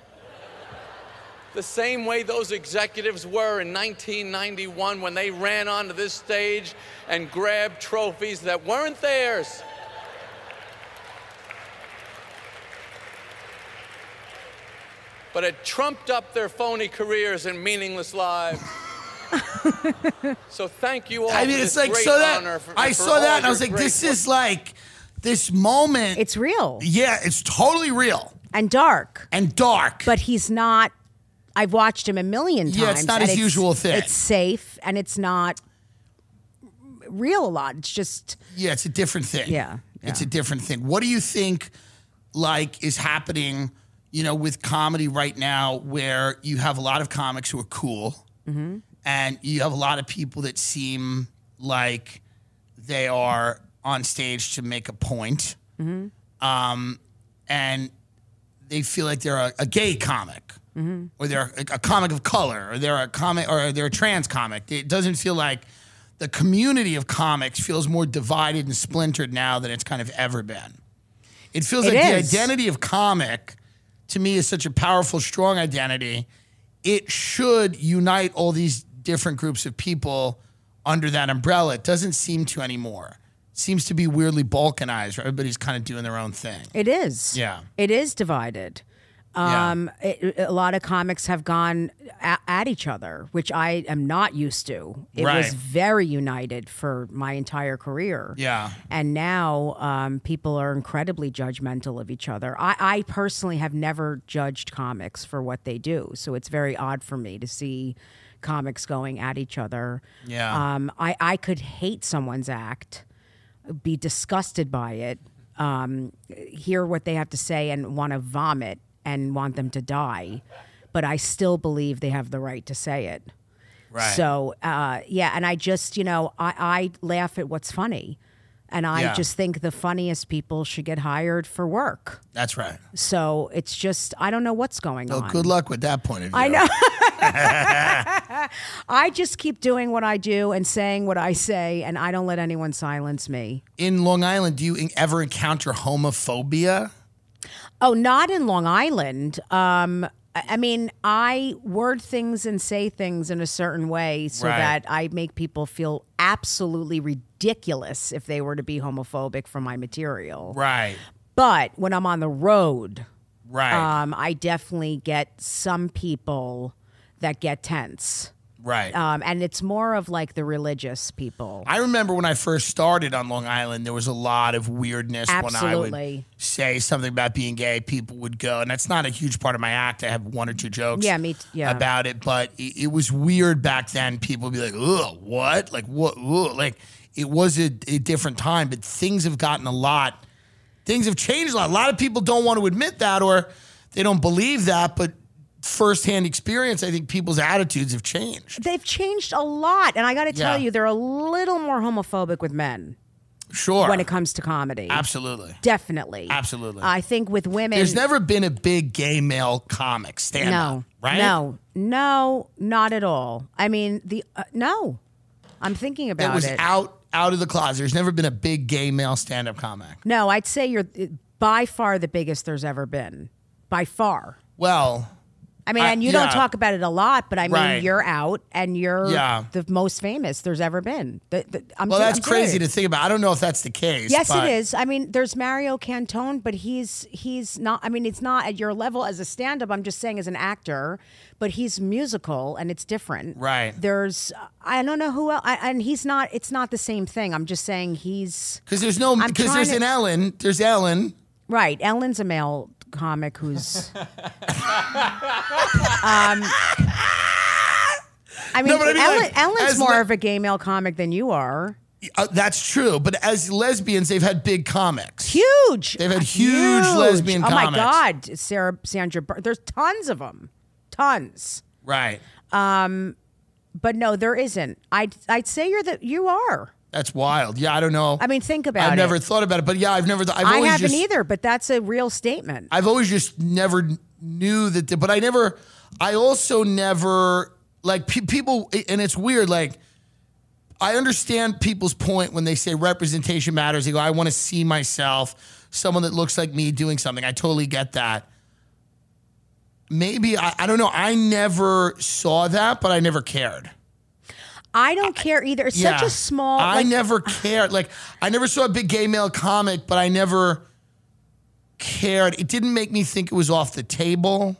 E: The same way those executives were in 1991 when they ran onto this stage and grabbed trophies that weren't theirs. but it trumped up their phony careers and meaningless lives. so thank you all.
B: I mean,
E: for
B: it's
E: this
B: like
E: great
B: so that
E: honor for-
B: I
E: for
B: saw
E: all
B: that and I
E: your
B: was like,
E: great
B: this
E: work.
B: is like this moment.
C: it's real
B: yeah, it's totally real
C: and dark,
B: and dark.
C: but he's not. I've watched him a million times.
B: Yeah, it's not
C: and
B: his usual thing.
C: It's safe and it's not real a lot. It's just
B: yeah, it's a different thing.
C: Yeah,
B: it's
C: yeah.
B: a different thing. What do you think like is happening? You know, with comedy right now, where you have a lot of comics who are cool,
C: Mm-hmm.
B: and you have a lot of people that seem like they are on stage to make a point, um, and they feel like they're a, a gay comic,
C: Mm-hmm.
B: or they're a, a comic of color, or they're a comic, or they're a trans comic. It doesn't feel like the community of comics feels more divided and splintered now than it's kind of ever been. It feels
C: It
B: like
C: is.
B: the identity of comic to me is such a powerful, strong identity. It should unite all these different groups of people under that umbrella. It doesn't seem to anymore. It seems to be weirdly balkanized. where Everybody's kind of doing their own thing.
C: it is.
B: Yeah.
C: it is divided.
B: Yeah.
C: Um, it, a lot of comics have gone at, at each other, which I am not used to. It
B: Right.
C: was very united for my entire career.
B: Yeah.
C: And now um, people are incredibly judgmental of each other. I, I personally have never judged comics for what they do. So it's very odd for me to see comics going at each other.
B: Yeah.
C: Um, I, I could hate someone's act, be disgusted by it, um, hear what they have to say, and want to vomit and want them to die. But I still believe they have the right to say it.
B: Right.
C: So uh, yeah, and I just you know I, I laugh at what's funny, and I
B: Yeah.
C: just think the funniest people should get hired for work.
B: That's right.
C: So it's just I don't know what's going
B: Well,
C: on.
B: good luck with that point of view.
C: I know. I just keep doing what I do and saying what I say, and I don't let anyone silence me.
B: In Long Island, do you en- ever encounter homophobia?
C: Oh, not in Long Island. Um, I I mean, I word things and say things in a certain way so
B: Right.
C: that I make people feel absolutely ridiculous if they were to be homophobic for my material.
B: Right.
C: But when I'm on the road,
B: Right.
C: um, I definitely get some people that get tense.
B: right.
C: Um, and it's more of like the religious people.
B: I remember when I first started on Long Island, there was a lot of weirdness when I would
C: Absolutely.
B: say something about being gay. People would go, and that's not a huge part of my act. I have one or two jokes
C: Yeah, me t- yeah.
B: about it, but it, it was weird back then. People would be like, ugh, what? Like, what? Ugh. Like, it was a, a different time, but things have gotten a lot, things have changed a lot. A lot of people don't want to admit that or they don't believe that, but firsthand experience, I think people's attitudes have changed.
C: They've changed a lot. And I got to tell
B: Yeah.
C: you, they're a little more homophobic with men
B: Sure.
C: when it comes to comedy.
B: Absolutely.
C: Definitely.
B: Absolutely.
C: I think with women.
B: There's never been a big gay male comic stand up,
C: No.
B: right?
C: No. No, not at all. I mean, the. Uh, no. I'm thinking
B: That
C: about
B: was
C: it.
B: out out of the closet. There's never been a big gay male stand up comic.
C: no, I'd say you're uh, by far the biggest there's ever been. By far.
B: Well,
C: I mean,
B: I-
C: and you
B: yeah.
C: don't talk about it a lot, but I mean,
B: Right.
C: you're out and you're
B: Yeah.
C: the most famous there's ever been. The, the, I'm
B: well,
C: ser-
B: that's
C: I'm
B: crazy to
C: serious.
B: think about. I don't know if that's the case.
C: Yes,
B: but-
C: it is. I mean, there's Mario Cantone, but he's he's not. I mean, it's not at your level as a stand-up. I'm just saying as an actor, but he's musical and it's different.
B: Right.
C: There's I don't know who else, I, and he's not. It's not the same thing. I'm just saying he's
B: Because there's no
C: I'm
B: because there's
C: trying
B: an
C: to-
B: Ellen. There's Ellen.
C: right. Ellen's a male comic who's. um. I mean,
B: No, but I mean,
C: Ellen,
B: like, as
C: Ellen's more
B: le-
C: of a gay male comic than you are.
B: Uh, that's true. But as lesbians, they've had big comics.
C: huge.
B: They've had huge lesbian
C: Oh
B: comics.
C: my god, Sarah Sandra. Bur- There's tons of them, tons.
B: Right.
C: But no, there isn't. I'd I'd say you're the you are.
B: That's wild. Yeah, I don't know.
C: I mean, think about
B: I've
C: it.
B: never thought about it, but yeah, I've never. Th- I've
C: I
B: always
C: haven't
B: just,
C: either, but that's a real statement.
B: I've always just never kn- knew that, the- but I never, I also never, like, pe- people, and it's weird, like, I understand people's point when they say representation matters. They go, I want to see myself, someone that looks like me doing something. I totally get that. Maybe, I, I don't know, I never saw that, but I never cared.
C: I don't care either. It's such a small.
B: I
C: like,
B: never cared. Like I never saw a big gay male comic, but I never cared. It didn't make me think it was off the table.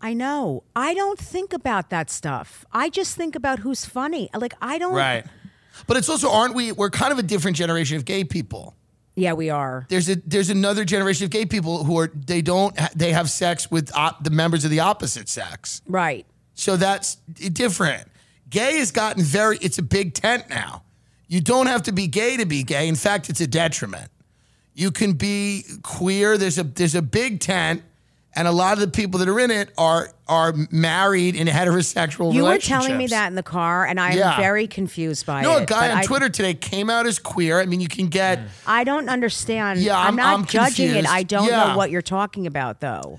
C: I know. I don't think about that stuff. I just think about who's funny. Like I don't.
B: But it's also aren't we we're kind of a different generation of gay people.
C: Yeah, we are.
B: There's a there's another generation of gay people who are they don't ha- they have sex with op, the members of the opposite sex.
C: Right.
B: So that's different. Gay has gotten very, it's a big tent now. You don't have to be gay to be gay. In fact, it's a detriment. You can be queer. There's a there's a big tent, and a lot of the people that are in it are are married in heterosexual
C: You were
B: relationships.
C: telling me that in the car, and I'm
B: Yeah.
C: very confused by
B: No,
C: it.
B: a guy
C: but
B: on
C: I-
B: Twitter today came out as queer. I mean, you can get
C: I don't understand.
B: Yeah,
C: I'm,
B: I'm-
C: not
B: I'm
C: judging
B: confused.
C: it. I don't
B: Yeah.
C: know what you're talking about, though.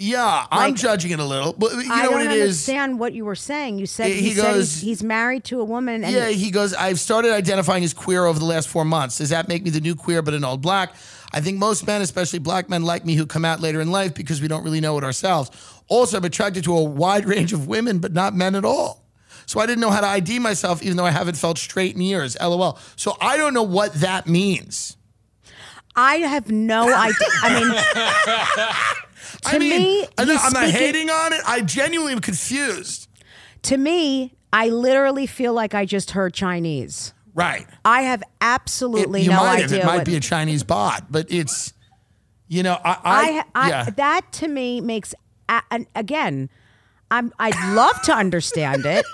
B: yeah. I'm judging it a little, but you know
C: I
B: what
C: don't
B: it is.
C: understand what you were saying. You said
B: He-
C: he,
B: he
C: said
B: goes-
C: he's, he's married to a woman, and
B: yeah, he goes, I've started identifying as queer over the last four months. Does that make me the new queer but an old black? I think most men, especially black men like me who come out later in life because we don't really know it ourselves. Also, I'm attracted to a wide range of women, but not men at all. So I didn't know how to ID myself, even though I haven't felt straight in years. LOL. So I don't know what that means.
C: I have no idea. I mean,
B: I
C: To
B: mean,
C: me,
B: I know-
C: you
B: I'm not
C: speak it-
B: hating on it. I genuinely am confused.
C: To me, I literally feel like I just heard Chinese.
B: Right.
C: I have absolutely
B: you
C: no
B: might have.
C: idea.
B: It might
C: what,
B: be a Chinese bot, but it's, you know, I, I,
C: I, I
B: yeah.
C: that to me makes a- and again, I'm I'd love to understand it.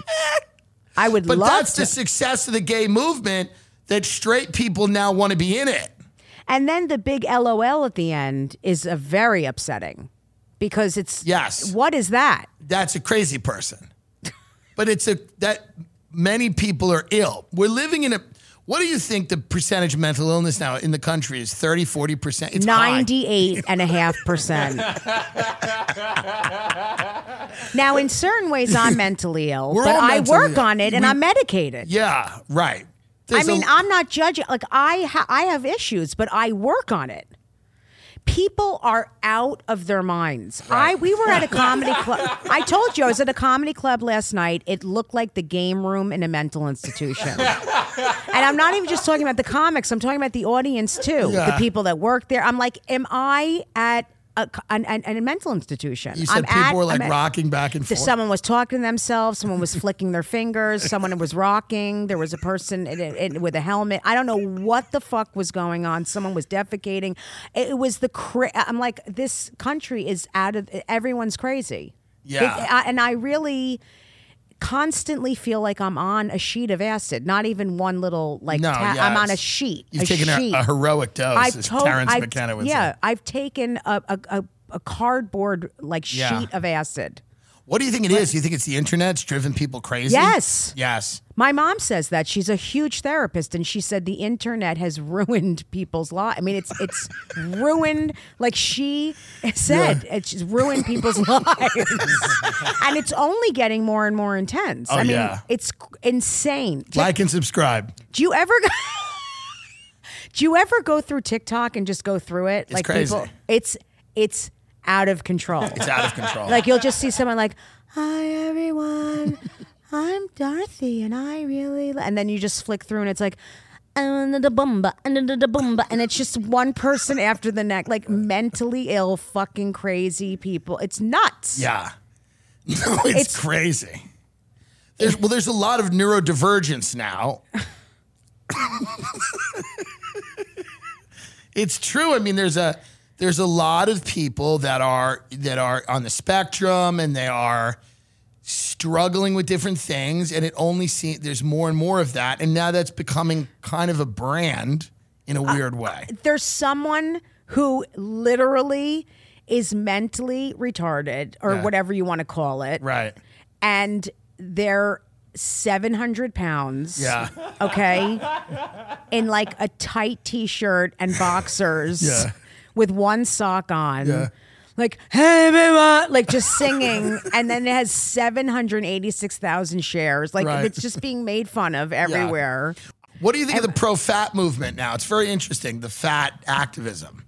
C: I would
B: but
C: love
B: that's
C: to.
B: the success of the gay movement that straight people now want to be in it.
C: and then the big LOL at the end is a very upsetting because it's
B: Yes.
C: What is that?
B: That's a crazy person. But it's a that many people are ill. We're living in a what do you think the percentage of mental illness now in the country is 30, 40%? It's high.
C: 98 and a half percent. now, in certain ways, I'm mentally ill,
B: We're
C: but
B: all
C: I
B: mentally
C: work
B: ill.
C: on it and
B: We-
C: I'm medicated.
B: Yeah, right.
C: I
B: There's a-
C: mean, i I'm not judging. Like I, ha- I have issues, but I work on it. People are out of their minds. I we were at a comedy club. I told you I was at a comedy club last night. It looked like the game room in a mental institution. and I'm not even just talking about the comics. I'm talking about the audience too, the
B: Yeah.
C: people that work there. I'm like, am I at a, co- an, an, a mental institution?
B: you said
C: I'm
B: people
C: at-
B: were like
C: I'm at-
B: rocking back and
C: the-
B: forth.
C: someone was talking to themselves. Someone was flicking their fingers. Someone was rocking. There was a person in, in, with a helmet. I don't know what the fuck was going on. Someone was defecating. It, it was the cra- I'm like, this country is out of. Everyone's crazy.
B: Yeah.
C: It- I- and I really constantly feel like I'm on a sheet of acid. Not even one little like.
B: No,
C: ta-
B: yeah,
C: I'm on a
B: it's-
C: sheet.
B: You've
C: a
B: taken a,
C: sheet.
B: a heroic dose,
C: I've
B: as
C: to-
B: Terrence
C: I've-
B: McKenna would
C: yeah,
B: say.
C: I've taken a a, a, a cardboard like
B: Yeah.
C: sheet of acid.
B: What do you think it is? You think it's the internet's driven people crazy?
C: Yes.
B: Yes.
C: My mom says that she's a huge therapist, and she said the internet has ruined people's lives. I mean, it's it's ruined. Like she said, it's ruined people's lives, and it's only getting more and more intense. I mean,
B: Oh, yeah.
C: it's insane. Ti-
B: Like and subscribe.
C: do you ever? go- do you ever go through TikTok and just go through it? like
B: crazy.
C: people, it's it's out of control.
B: It's out of control.
C: Like you'll just see someone like, "Hi everyone, I'm Dorothy, and I really," li-" and then you just flick through, and it's like, "And the bumba, and the bumba," and it's just one person after the next, like mentally ill, fucking crazy people. It's nuts.
B: Yeah. No, it's,
C: It's-
B: crazy. There's, well, there's a lot of neurodivergence now. it's true. I mean, there's a there's a lot of people that are that are on the spectrum and they are struggling with different things and it only seems there's more and more of that and now that's becoming kind of a brand in a weird way.
C: There's someone who literally is mentally retarded, or whatever you want to call it,
B: Right.
C: and they're 700 pounds.
B: Yeah.
C: Okay. in like a tight t shirt and boxers
B: Yeah.
C: with one sock on.
B: Yeah.
C: Like, hey, baby, like just singing. and then it has 786,000 shares. Like,
B: Right.
C: it's just being made fun of everywhere.
B: What do you think of the pro fat movement now? It's very interesting, the fat activism.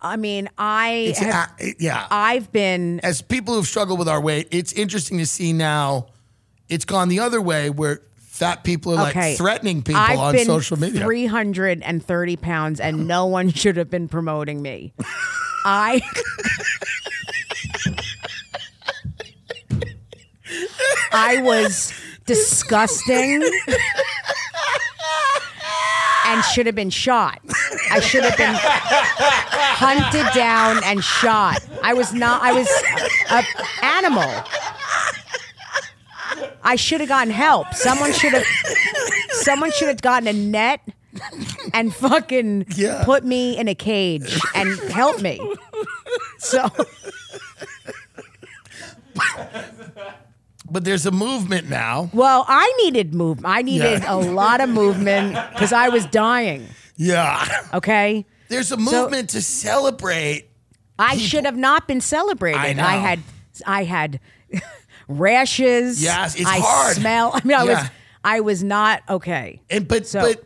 C: I mean, I
B: It's
C: have,
B: a- it- yeah.
C: I've been
B: As people who've struggled with our weight, it's interesting to see now it's gone the other way where fat people are
C: okay.
B: like threatening people
C: I've
B: on
C: been
B: social media.
C: 330 pounds, and no one should have been promoting me. I. I was disgusting and should have been shot. I should have been hunted down and shot. I was not, I was an animal. I should have gotten help. Someone should have someone should have gotten a net and fucking
B: Yeah.
C: put me in a cage and help me. So
B: but there's a movement now.
C: well, I needed movement. I needed
B: Yeah.
C: a lot of movement because I was dying.
B: Yeah.
C: Okay.
B: There's a movement to celebrate.
C: I should have not been celebrated.
B: I know.
C: had I had rashes.
B: Yes, it's
C: I
B: hard.
C: smell. I mean, I
B: Yeah.
C: was I was not okay.
B: And but
C: So-
B: but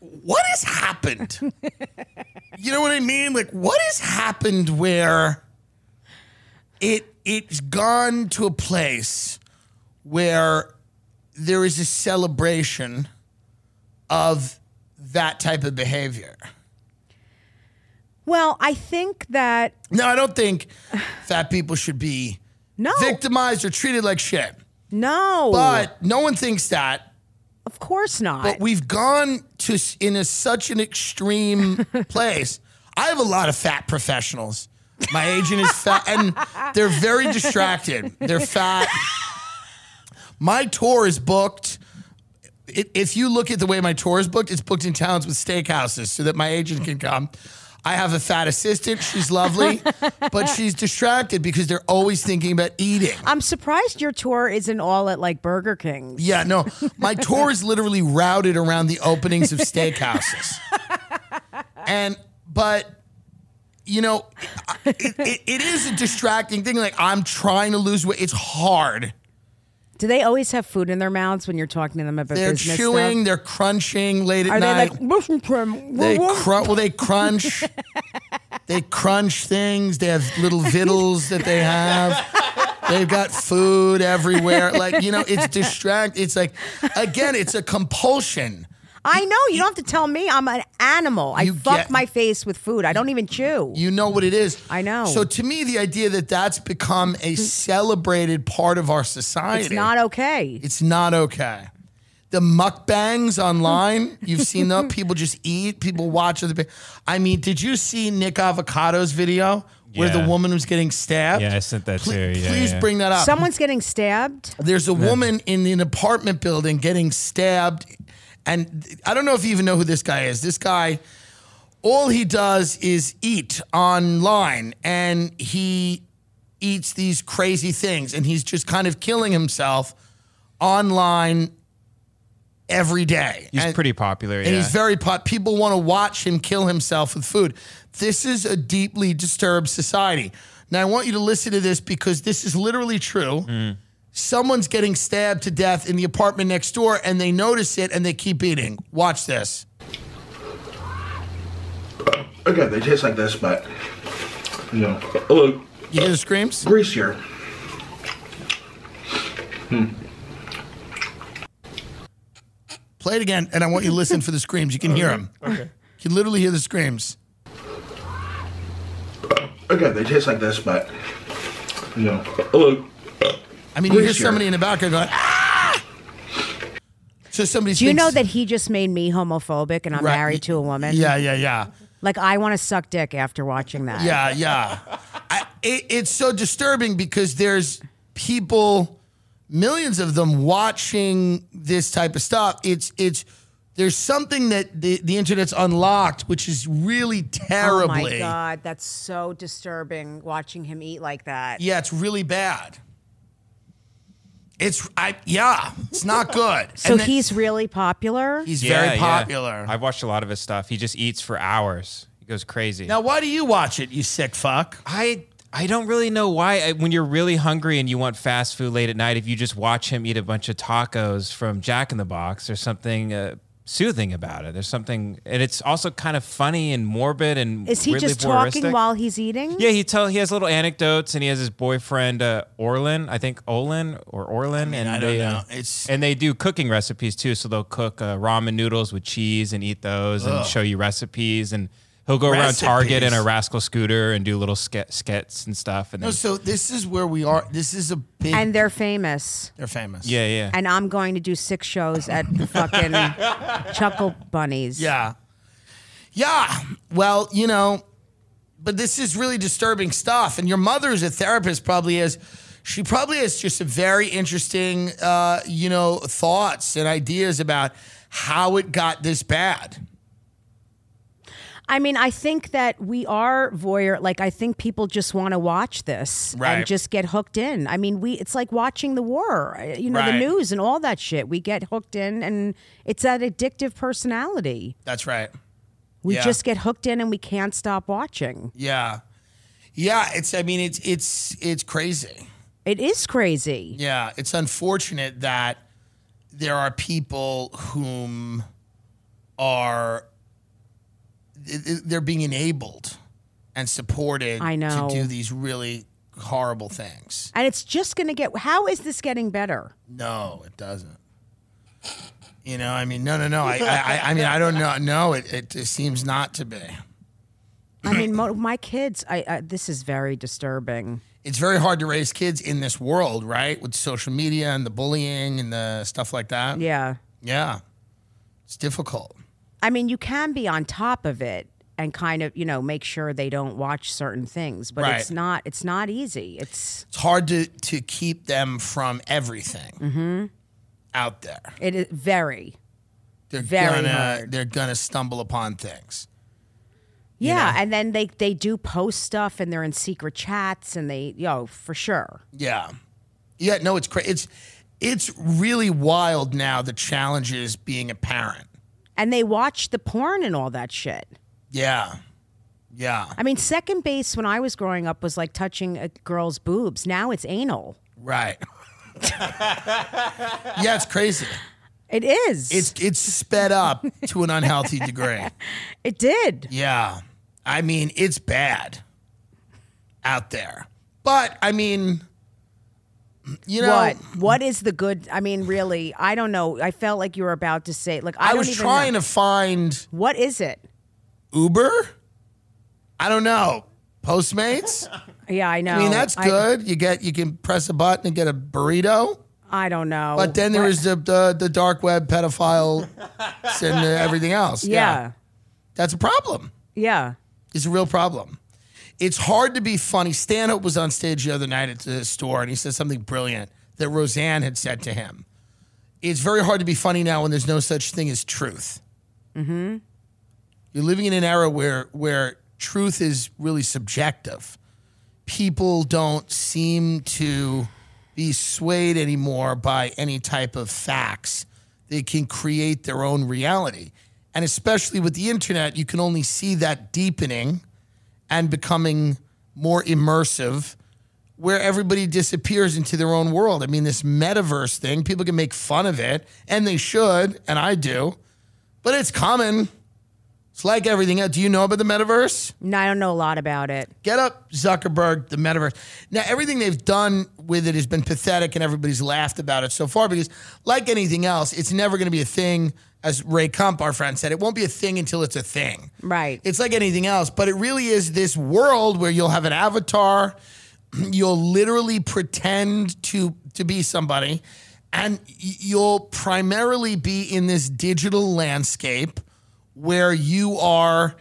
B: what has happened? you know what I mean? Like what has happened where it it's gone to a place where there is a celebration of that type of behavior.
C: Well, I think that
B: No, I don't think fat people should be
C: no,
B: victimized or treated like shit.
C: no,
B: But no one thinks that.
C: of course not.
B: But we've gone to s- in a, such an extreme place. I have a lot of fat professionals. My agent is fat, and they're very distracted. They're fat. My tour is booked. I- If you look at the way my tour is booked, it's booked in towns with steakhouses so that my agent can come. I have a fat assistant. She's lovely, but she's distracted because they're always thinking about eating.
C: I'm surprised your tour isn't all at like Burger King.
B: Yeah, no. My tour is literally routed around the openings of steakhouses. and but you know, it, it, it is a distracting thing. Like I'm trying to lose weight. It's hard.
C: Do they always have food in their mouths when you're talking to them about
B: They're
C: business
B: chewing.
C: stuff?
B: They're crunching late at
C: Are
B: night.
C: they like listen, Prim?
B: they
C: woo, woo."
B: cru- well, they crunch. they crunch things. They have little vittles that they have. They've got food everywhere. Like you know, it's distract. It's like again, it's a compulsion.
C: I know you don't have to tell me. I'm an animal. I
B: You
C: fuck
B: get-
C: my face with food. I don't even chew.
B: You know what it is.
C: I know. Mm.
B: So to me, the idea that that's become a celebrated part of our society,
C: it's not okay.
B: It's not okay. The mukbangs online, you've seen them. People just eat. People watch other. pe- I mean, did you see Nick Avocado's video where the
D: Yeah.
B: woman was getting stabbed?
D: Yeah, I sent that
B: Ple-
D: too. Yeah,
B: please
D: yeah.
B: bring that up.
C: Someone's getting stabbed.
B: There's a woman in an apartment building getting stabbed. And I don't know if you even know who this guy is. This guy, all he does is eat online and he eats these crazy things and he's just kind of killing himself online every day.
D: He's
B: And-
D: pretty popular.
B: and
D: yeah.
B: he's very pot. People want to watch him kill himself with food. This is a deeply disturbed society. Now I want you to listen to this because this is literally true. Someone's getting stabbed to death in the apartment next door, and they notice it and they keep eating. Watch this.
F: Okay, they taste like this, but you know, a little
B: You hear the screams?
F: greasier.
B: Play it again, and I want you to listen for the screams. You can hear them. Okay. You can literally hear the screams.
F: Okay, they taste like this, but you know, a little
B: I mean, you hear
F: Greasier.
B: somebody in the background going, ah! So somebody.
C: Do you know that he just made me homophobic and I'm
B: Right.
C: married to a woman?
B: Yeah, yeah, yeah.
C: Like I want to suck dick after watching that.
B: Yeah, yeah. I, it, it's so disturbing because there's people, millions of them, watching this type of stuff. It's it's there's something that the, the internet's unlocked, which is really
C: Oh
B: terribly.
C: my god, that's so disturbing watching him eat like that.
B: Yeah, it's really bad. It's I yeah, it's not good.
C: So
B: And then-
C: he's really popular.
B: he's
D: Yeah,
B: very
D: yeah.
B: popular.
D: I've watched a lot of his stuff. He just eats for hours. He goes crazy.
B: Now, why do you watch it? You sick fuck.
D: I I don't really know why. I, when you're really hungry and you want fast food late at night, if you just watch him eat a bunch of tacos from Jack in the Box, there's something uh, soothing about it. There's something, and it's also kind of funny and morbid and
C: Is he
D: weirdly
C: just talking
D: voyeuristic.
C: while he's eating?
D: Yeah, he tell he has little anecdotes, and he has his boyfriend uh, Orlin, I think Olin or Orlin, and
B: I don't
D: they,
B: know.
D: uh,
B: It's-
D: and they do cooking recipes too. So they'll cook uh, ramen noodles with cheese and eat those, and show you recipes. And he'll go around Target in a
B: Recipes.
D: rascal scooter and do little ske- skits and stuff. And then,
B: So this is where we are. This is a big.
C: And they're famous.
B: they're famous.
D: yeah, yeah,
C: And I'm going to do six shows at the fucking Chuckle Bunnies.
B: Yeah. Yeah. Well, you know, but this is really disturbing stuff. And your mother, who's a therapist, probably is. She probably has just some very interesting, uh, you know, thoughts and ideas about how it got this bad.
C: I mean, I think that we are voyeur. Like, I think people just want to watch this
B: Right.
C: and just get hooked in. I mean, we it's like watching the war, uh, you know,
B: Right.
C: the news and all that shit. We get hooked in, and it's that addictive personality.
B: That's right.
C: We
B: Yeah.
C: just get hooked in, and we can't stop watching.
B: Yeah. Yeah. It's. I mean, it's. It's. It's crazy.
C: It is crazy.
B: Yeah, it's unfortunate that there are people whom are they're being enabled and supported
C: I know.
B: to do these really horrible things.
C: And it's just going to get. How is this getting better?
B: No, it doesn't. You know, I mean, no, no, no. I, I, I- I mean, I don't know. No, it, it, it seems not to be.
C: I mean, mo- my kids. I, I this is very disturbing.
B: It's very hard to raise kids in this world, right? With social media and the bullying and the stuff like that.
C: Yeah.
B: Yeah. It's difficult.
C: I mean, you can be on top of it and kind of, you know, make sure they don't watch certain things, but
B: Right.
C: it's not it's not easy. It's
B: It's hard to, to keep them from everything
C: Mm-hmm.
B: out there.
C: it is very.
B: They're
C: Very
B: gonna
C: hard.
B: they're gonna stumble upon things.
C: Yeah, and then they they do post stuff and they're in secret chats and they, yo, for sure.
B: Yeah. Yeah, no, it's crazy. It's it's really wild now the challenges being a parent.
C: And they watch the porn and all that shit.
B: Yeah. Yeah.
C: I mean, second base when I was growing up was like touching a girl's boobs. Now it's anal.
B: Right. yeah, it's crazy.
C: It is.
B: It's it's sped up to an unhealthy degree.
C: it did.
B: Yeah. I mean, it's bad out there. But I mean, you know,
C: what what is the good? I mean, really, I don't know. I felt like you were about to say like I,
B: I,
C: don't
B: was
C: even
B: trying
C: know.
B: to find
C: What is it?
B: Uber. I don't know. Postmates?
C: Yeah, I know.
B: I mean, that's good. you get you can press a button and get a burrito.
C: I don't know.
B: But then there
C: What-
B: is the, the the dark web pedophile and the everything else.
C: yeah,
B: That's a problem.
C: yeah,
B: It's a real problem. It's hard to be funny. Stanhope was on stage the other night at the store and he said something brilliant that Roseanne had said to him. It's very hard to be funny now when there's no such thing as truth. You're living in an era where where truth is really subjective. People don't seem to be swayed anymore by any type of facts. They can create their own reality. And especially with the internet, you can only see that deepening and becoming more immersive where everybody disappears into their own world. I mean, this metaverse thing, people can make fun of it, and they should, and I do, but it's coming. It's like everything else. Do you know about the metaverse?
C: No, I don't know a lot about it.
B: Get up, Zuckerberg, the metaverse. Now, everything they've done with it has been pathetic, and everybody's laughed about it so far because, like anything else, it's never going to be a thing. As Ray Kump, our friend, said, it won't be a thing until it's a thing.
C: Right.
B: It's like anything else, but it really is this world where you'll have an avatar, you'll literally pretend to to be somebody, and y- you'll primarily be in this digital landscape where you are,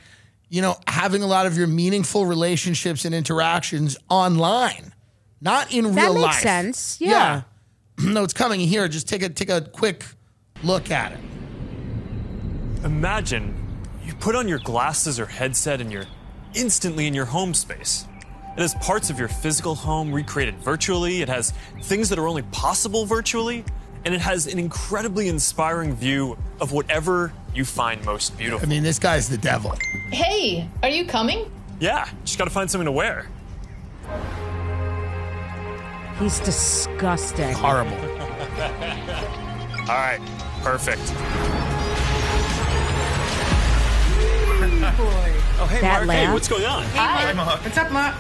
B: you know, having a lot of your meaningful relationships and interactions online, not in
C: That
B: real
C: makes
B: life.
C: sense.
B: Yeah. no, it's coming here. Just take a take a quick look at it.
G: Imagine you put on your glasses or headset and you're instantly in your home space. It has parts of your physical home recreated virtually, it has things that are only possible virtually, and it has an incredibly inspiring view of whatever you find most
B: I
G: beautiful.
B: mean, this guy's the devil.
H: Hey, are you coming?
G: Yeah, just gotta find something to wear.
C: He's disgusting.
B: Horrible.
G: All right, perfect. Oh, hey,
C: That
G: Mark. Hey,
C: laugh.
G: what's going on?
I: What's up, Mark?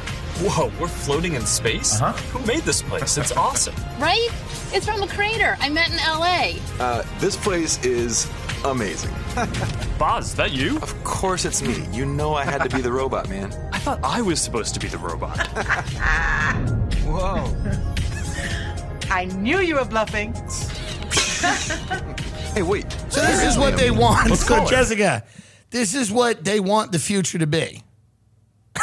G: Whoa, we're floating in space? Uh-huh. Who made this place? It's awesome.
H: Right? It's from a creator I met in LA.
J: This place is amazing.
G: Boz, is that you?
J: Of course it's me. You know I had to be the robot, man.
G: I thought I was supposed to be the robot.
J: Whoa.
I: I knew you were bluffing.
J: Hey, wait.
B: So this is what they want.
J: Let's
B: so
J: call it.
B: Jessica, this is what they want the future to be.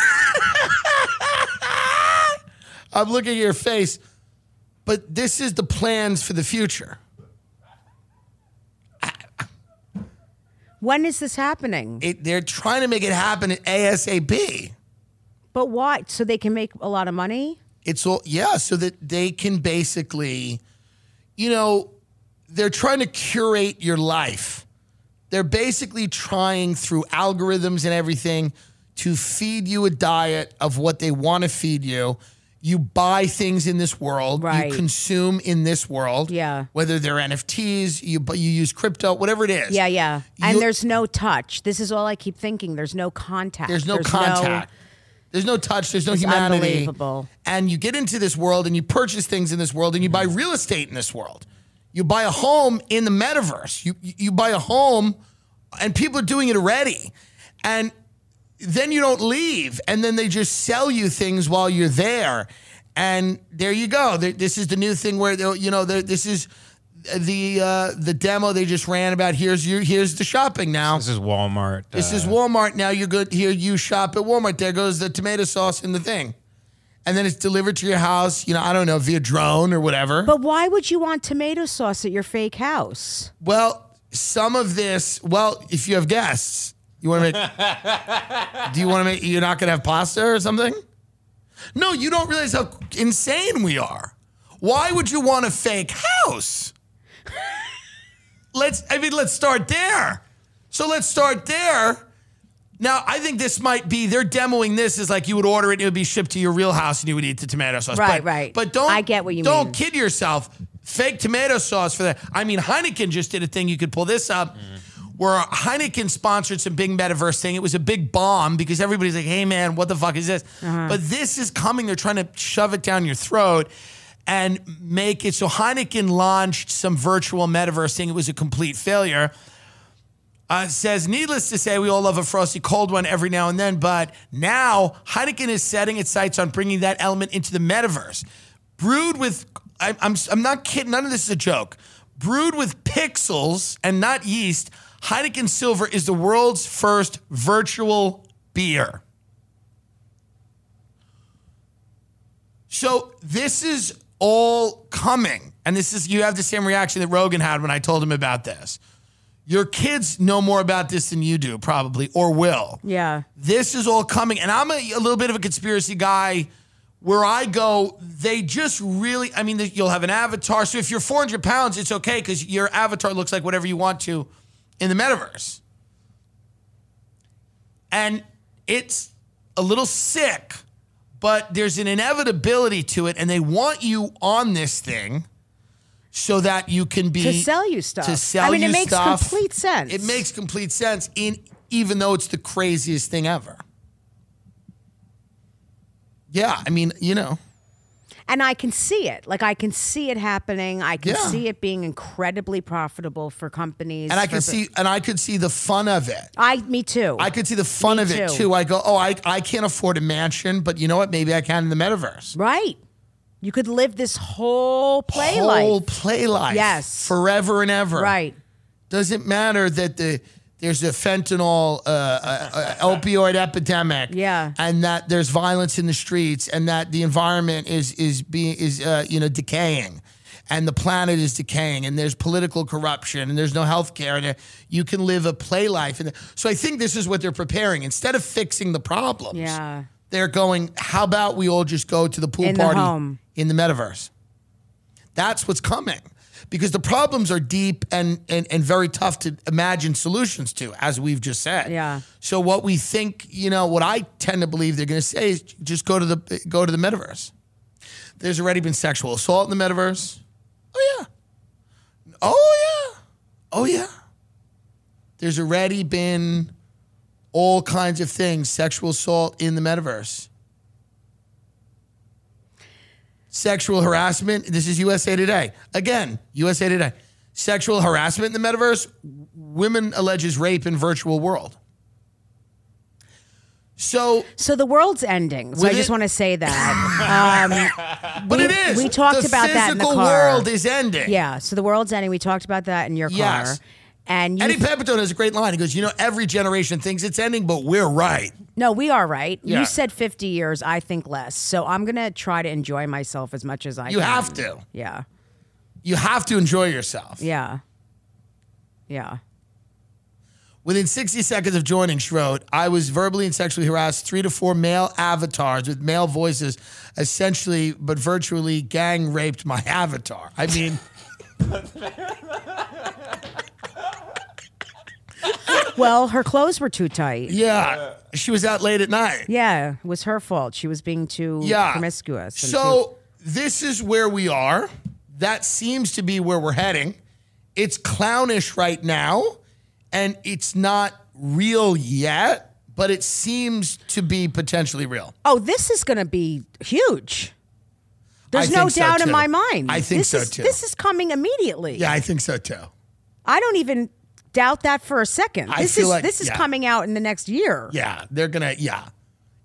B: I'm looking at your face, but this is the plans for the future.
C: When is this happening?
B: It, they're trying to make it happen at ASAP.
C: But why? So they can make a lot of money.
B: It's all yeah, so that they can basically, you know, they're trying to curate your life. They're basically trying through algorithms and everything to feed you a diet of what they want to feed you. You buy things in this world,
C: Right.
B: you consume in this world.
C: Yeah.
B: Whether they're NFTs, you but you use crypto, whatever it is.
C: Yeah, yeah. And
B: You-
C: there's no touch. This is all I keep thinking. There's no contact.
B: There's no contact. there's no touch. There's no
C: It's
B: humanity.
C: unbelievable.
B: And you get into this world and you purchase things in this world and you buy
C: Mm-hmm.
B: real estate in this world. You buy a home in the metaverse. You you you buy a home and people are doing it already. And then you don't leave, and then they just sell you things while you're there, and there you go. There- This is the new thing where they'll- you know there- this is the uh, the demo they just ran about. Here's your here's the shopping now.
D: This is Walmart. uh,
B: This is Walmart. Now you're good. Here you shop at Walmart. There goes the tomato sauce and the thing. And then it's delivered to your house, you know, I don't know, via drone or whatever.
C: But why would you want tomato sauce at your fake house?
B: Well, some of this, well, if you have guests, you want to make, do you want to make, you're not going to have pasta or something? No, you don't realize how insane we are. Why would you want a fake house? let's, I mean, let's start there. So let's start there. Now, I think this might be, they're demoing this as like you would order it and it would be shipped to your real house and you would eat the tomato sauce.
C: Right,
B: but,
C: right.
B: But don't,
C: I get what you
B: don't
C: mean.
B: kid yourself. Fake tomato sauce for that. I mean, Heineken just did a thing. You could pull this up. Where Heineken sponsored some big metaverse thing. It was a big bomb because everybody's like, "Hey, man, what the fuck is this?"
C: Uh-huh.
B: But this is coming. They're trying to shove it down your throat and make it so Heineken launched some virtual metaverse thing. It was a complete failure. Uh, says, needless to say, we all love a frosty cold one every now and then, but now Heineken is setting its sights on bringing that element into the metaverse. Brewed with, I, I'm, I'm not kidding, none of this is a joke. Brewed with pixels and not yeast, Heineken Silver is the world's first virtual beer. So this is all coming. And this is, you have the same reaction that Rogan had when I told him about this. Your kids know more about this than you do, probably, or will.
C: Yeah.
B: This is all coming. And I'm a, a little bit of a conspiracy guy where I go, they just really, I mean, you'll have an avatar. So if you're 400 pounds, it's okay because your avatar looks like whatever you want to in the metaverse. And it's a little sick, but there's an inevitability to it. And they want you on this thing so that you can be
C: To sell you stuff.
B: to sell
C: I mean,
B: you
C: it makes
B: stuff.
C: complete sense.
B: It makes complete sense, in even though it's the craziest thing ever. Yeah, I mean, you know,
C: and I can see it. Like I can see it happening. I can
B: Yeah.
C: see it being incredibly profitable for companies.
B: and I
C: for
B: could
C: bu-
B: see, and I could see the fun of it.
C: I me too.
B: I could see the fun
C: Me
B: of it
C: too.
B: too. I go, oh, I, I can't afford a mansion, but you know what? Maybe I can in the metaverse.
C: right. You could live this whole play
B: Whole
C: life.
B: play life,
C: Yes.
B: forever and ever.
C: Right.
B: Doesn't matter that the there's a fentanyl uh, uh, uh, opioid epidemic.
C: Yeah.
B: and that there's violence in the streets and that the environment is is being is uh, you know decaying and the planet is decaying and there's political corruption and there's no health care and uh, you can live a play life and uh, so i think this is what they're preparing instead of fixing the problems
C: Yeah.
B: they're going how about we all just go to the pool
C: In the
B: party
C: home.
B: in the metaverse that's what's coming because the problems are deep and, and, and very tough to imagine solutions to, as we've just said.
C: Yeah.
B: So what we think, you know, what I tend to believe they're going to say is just go to the go to the metaverse. There's already been sexual assault in the metaverse. Oh yeah. Oh yeah. Oh yeah. There's already been all kinds of things, sexual assault in the metaverse. Sexual harassment. This is USA Today. Again, USA Today. Sexual harassment in the metaverse. Women alleges rape in virtual world. So,
C: So the world's ending. So
B: With
C: I just
B: it-
C: want to say that. Um,
B: but it is.
C: we talked
B: the
C: about that in the
B: physical
C: car.
B: world is ending.
C: yeah. So the world's ending. We talked about that in your car.
B: Yes.
C: And you
B: Eddie Pepitone has a great line. He goes, "You know, every generation thinks it's ending, but we're right."
C: No, we are right.
B: Yeah.
C: You said 50 years. I think less. So I'm going to try to enjoy myself as much as I
B: You
C: can.
B: have to.
C: Yeah.
B: You have to enjoy yourself.
C: Yeah. Yeah.
B: Within 60 seconds of joining, she wrote, I was verbally and sexually harassed three to four male avatars with male voices, essentially, but virtually gang raped my avatar. I mean,
C: Well, her clothes were too tight.
B: yeah, she was out late at night.
C: Yeah, it was her fault. She was being too
B: yeah.
C: promiscuous. and
B: So this is where we are. That seems to be where we're heading. It's clownish right now, and it's not real yet, but it seems to be potentially real.
C: too- oh, this is going to be huge. There's
B: I
C: no
B: think so,
C: doubt in
B: too.
C: my mind.
B: I think
C: this
B: so,
C: is,
B: too.
C: This is coming immediately.
B: Yeah, I think so too.
C: I don't even doubt that for a second.
B: I
C: this
B: feel
C: is
B: like-
C: this is
B: yeah.
C: coming out in the next year.
B: Yeah, they're gonna. Yeah,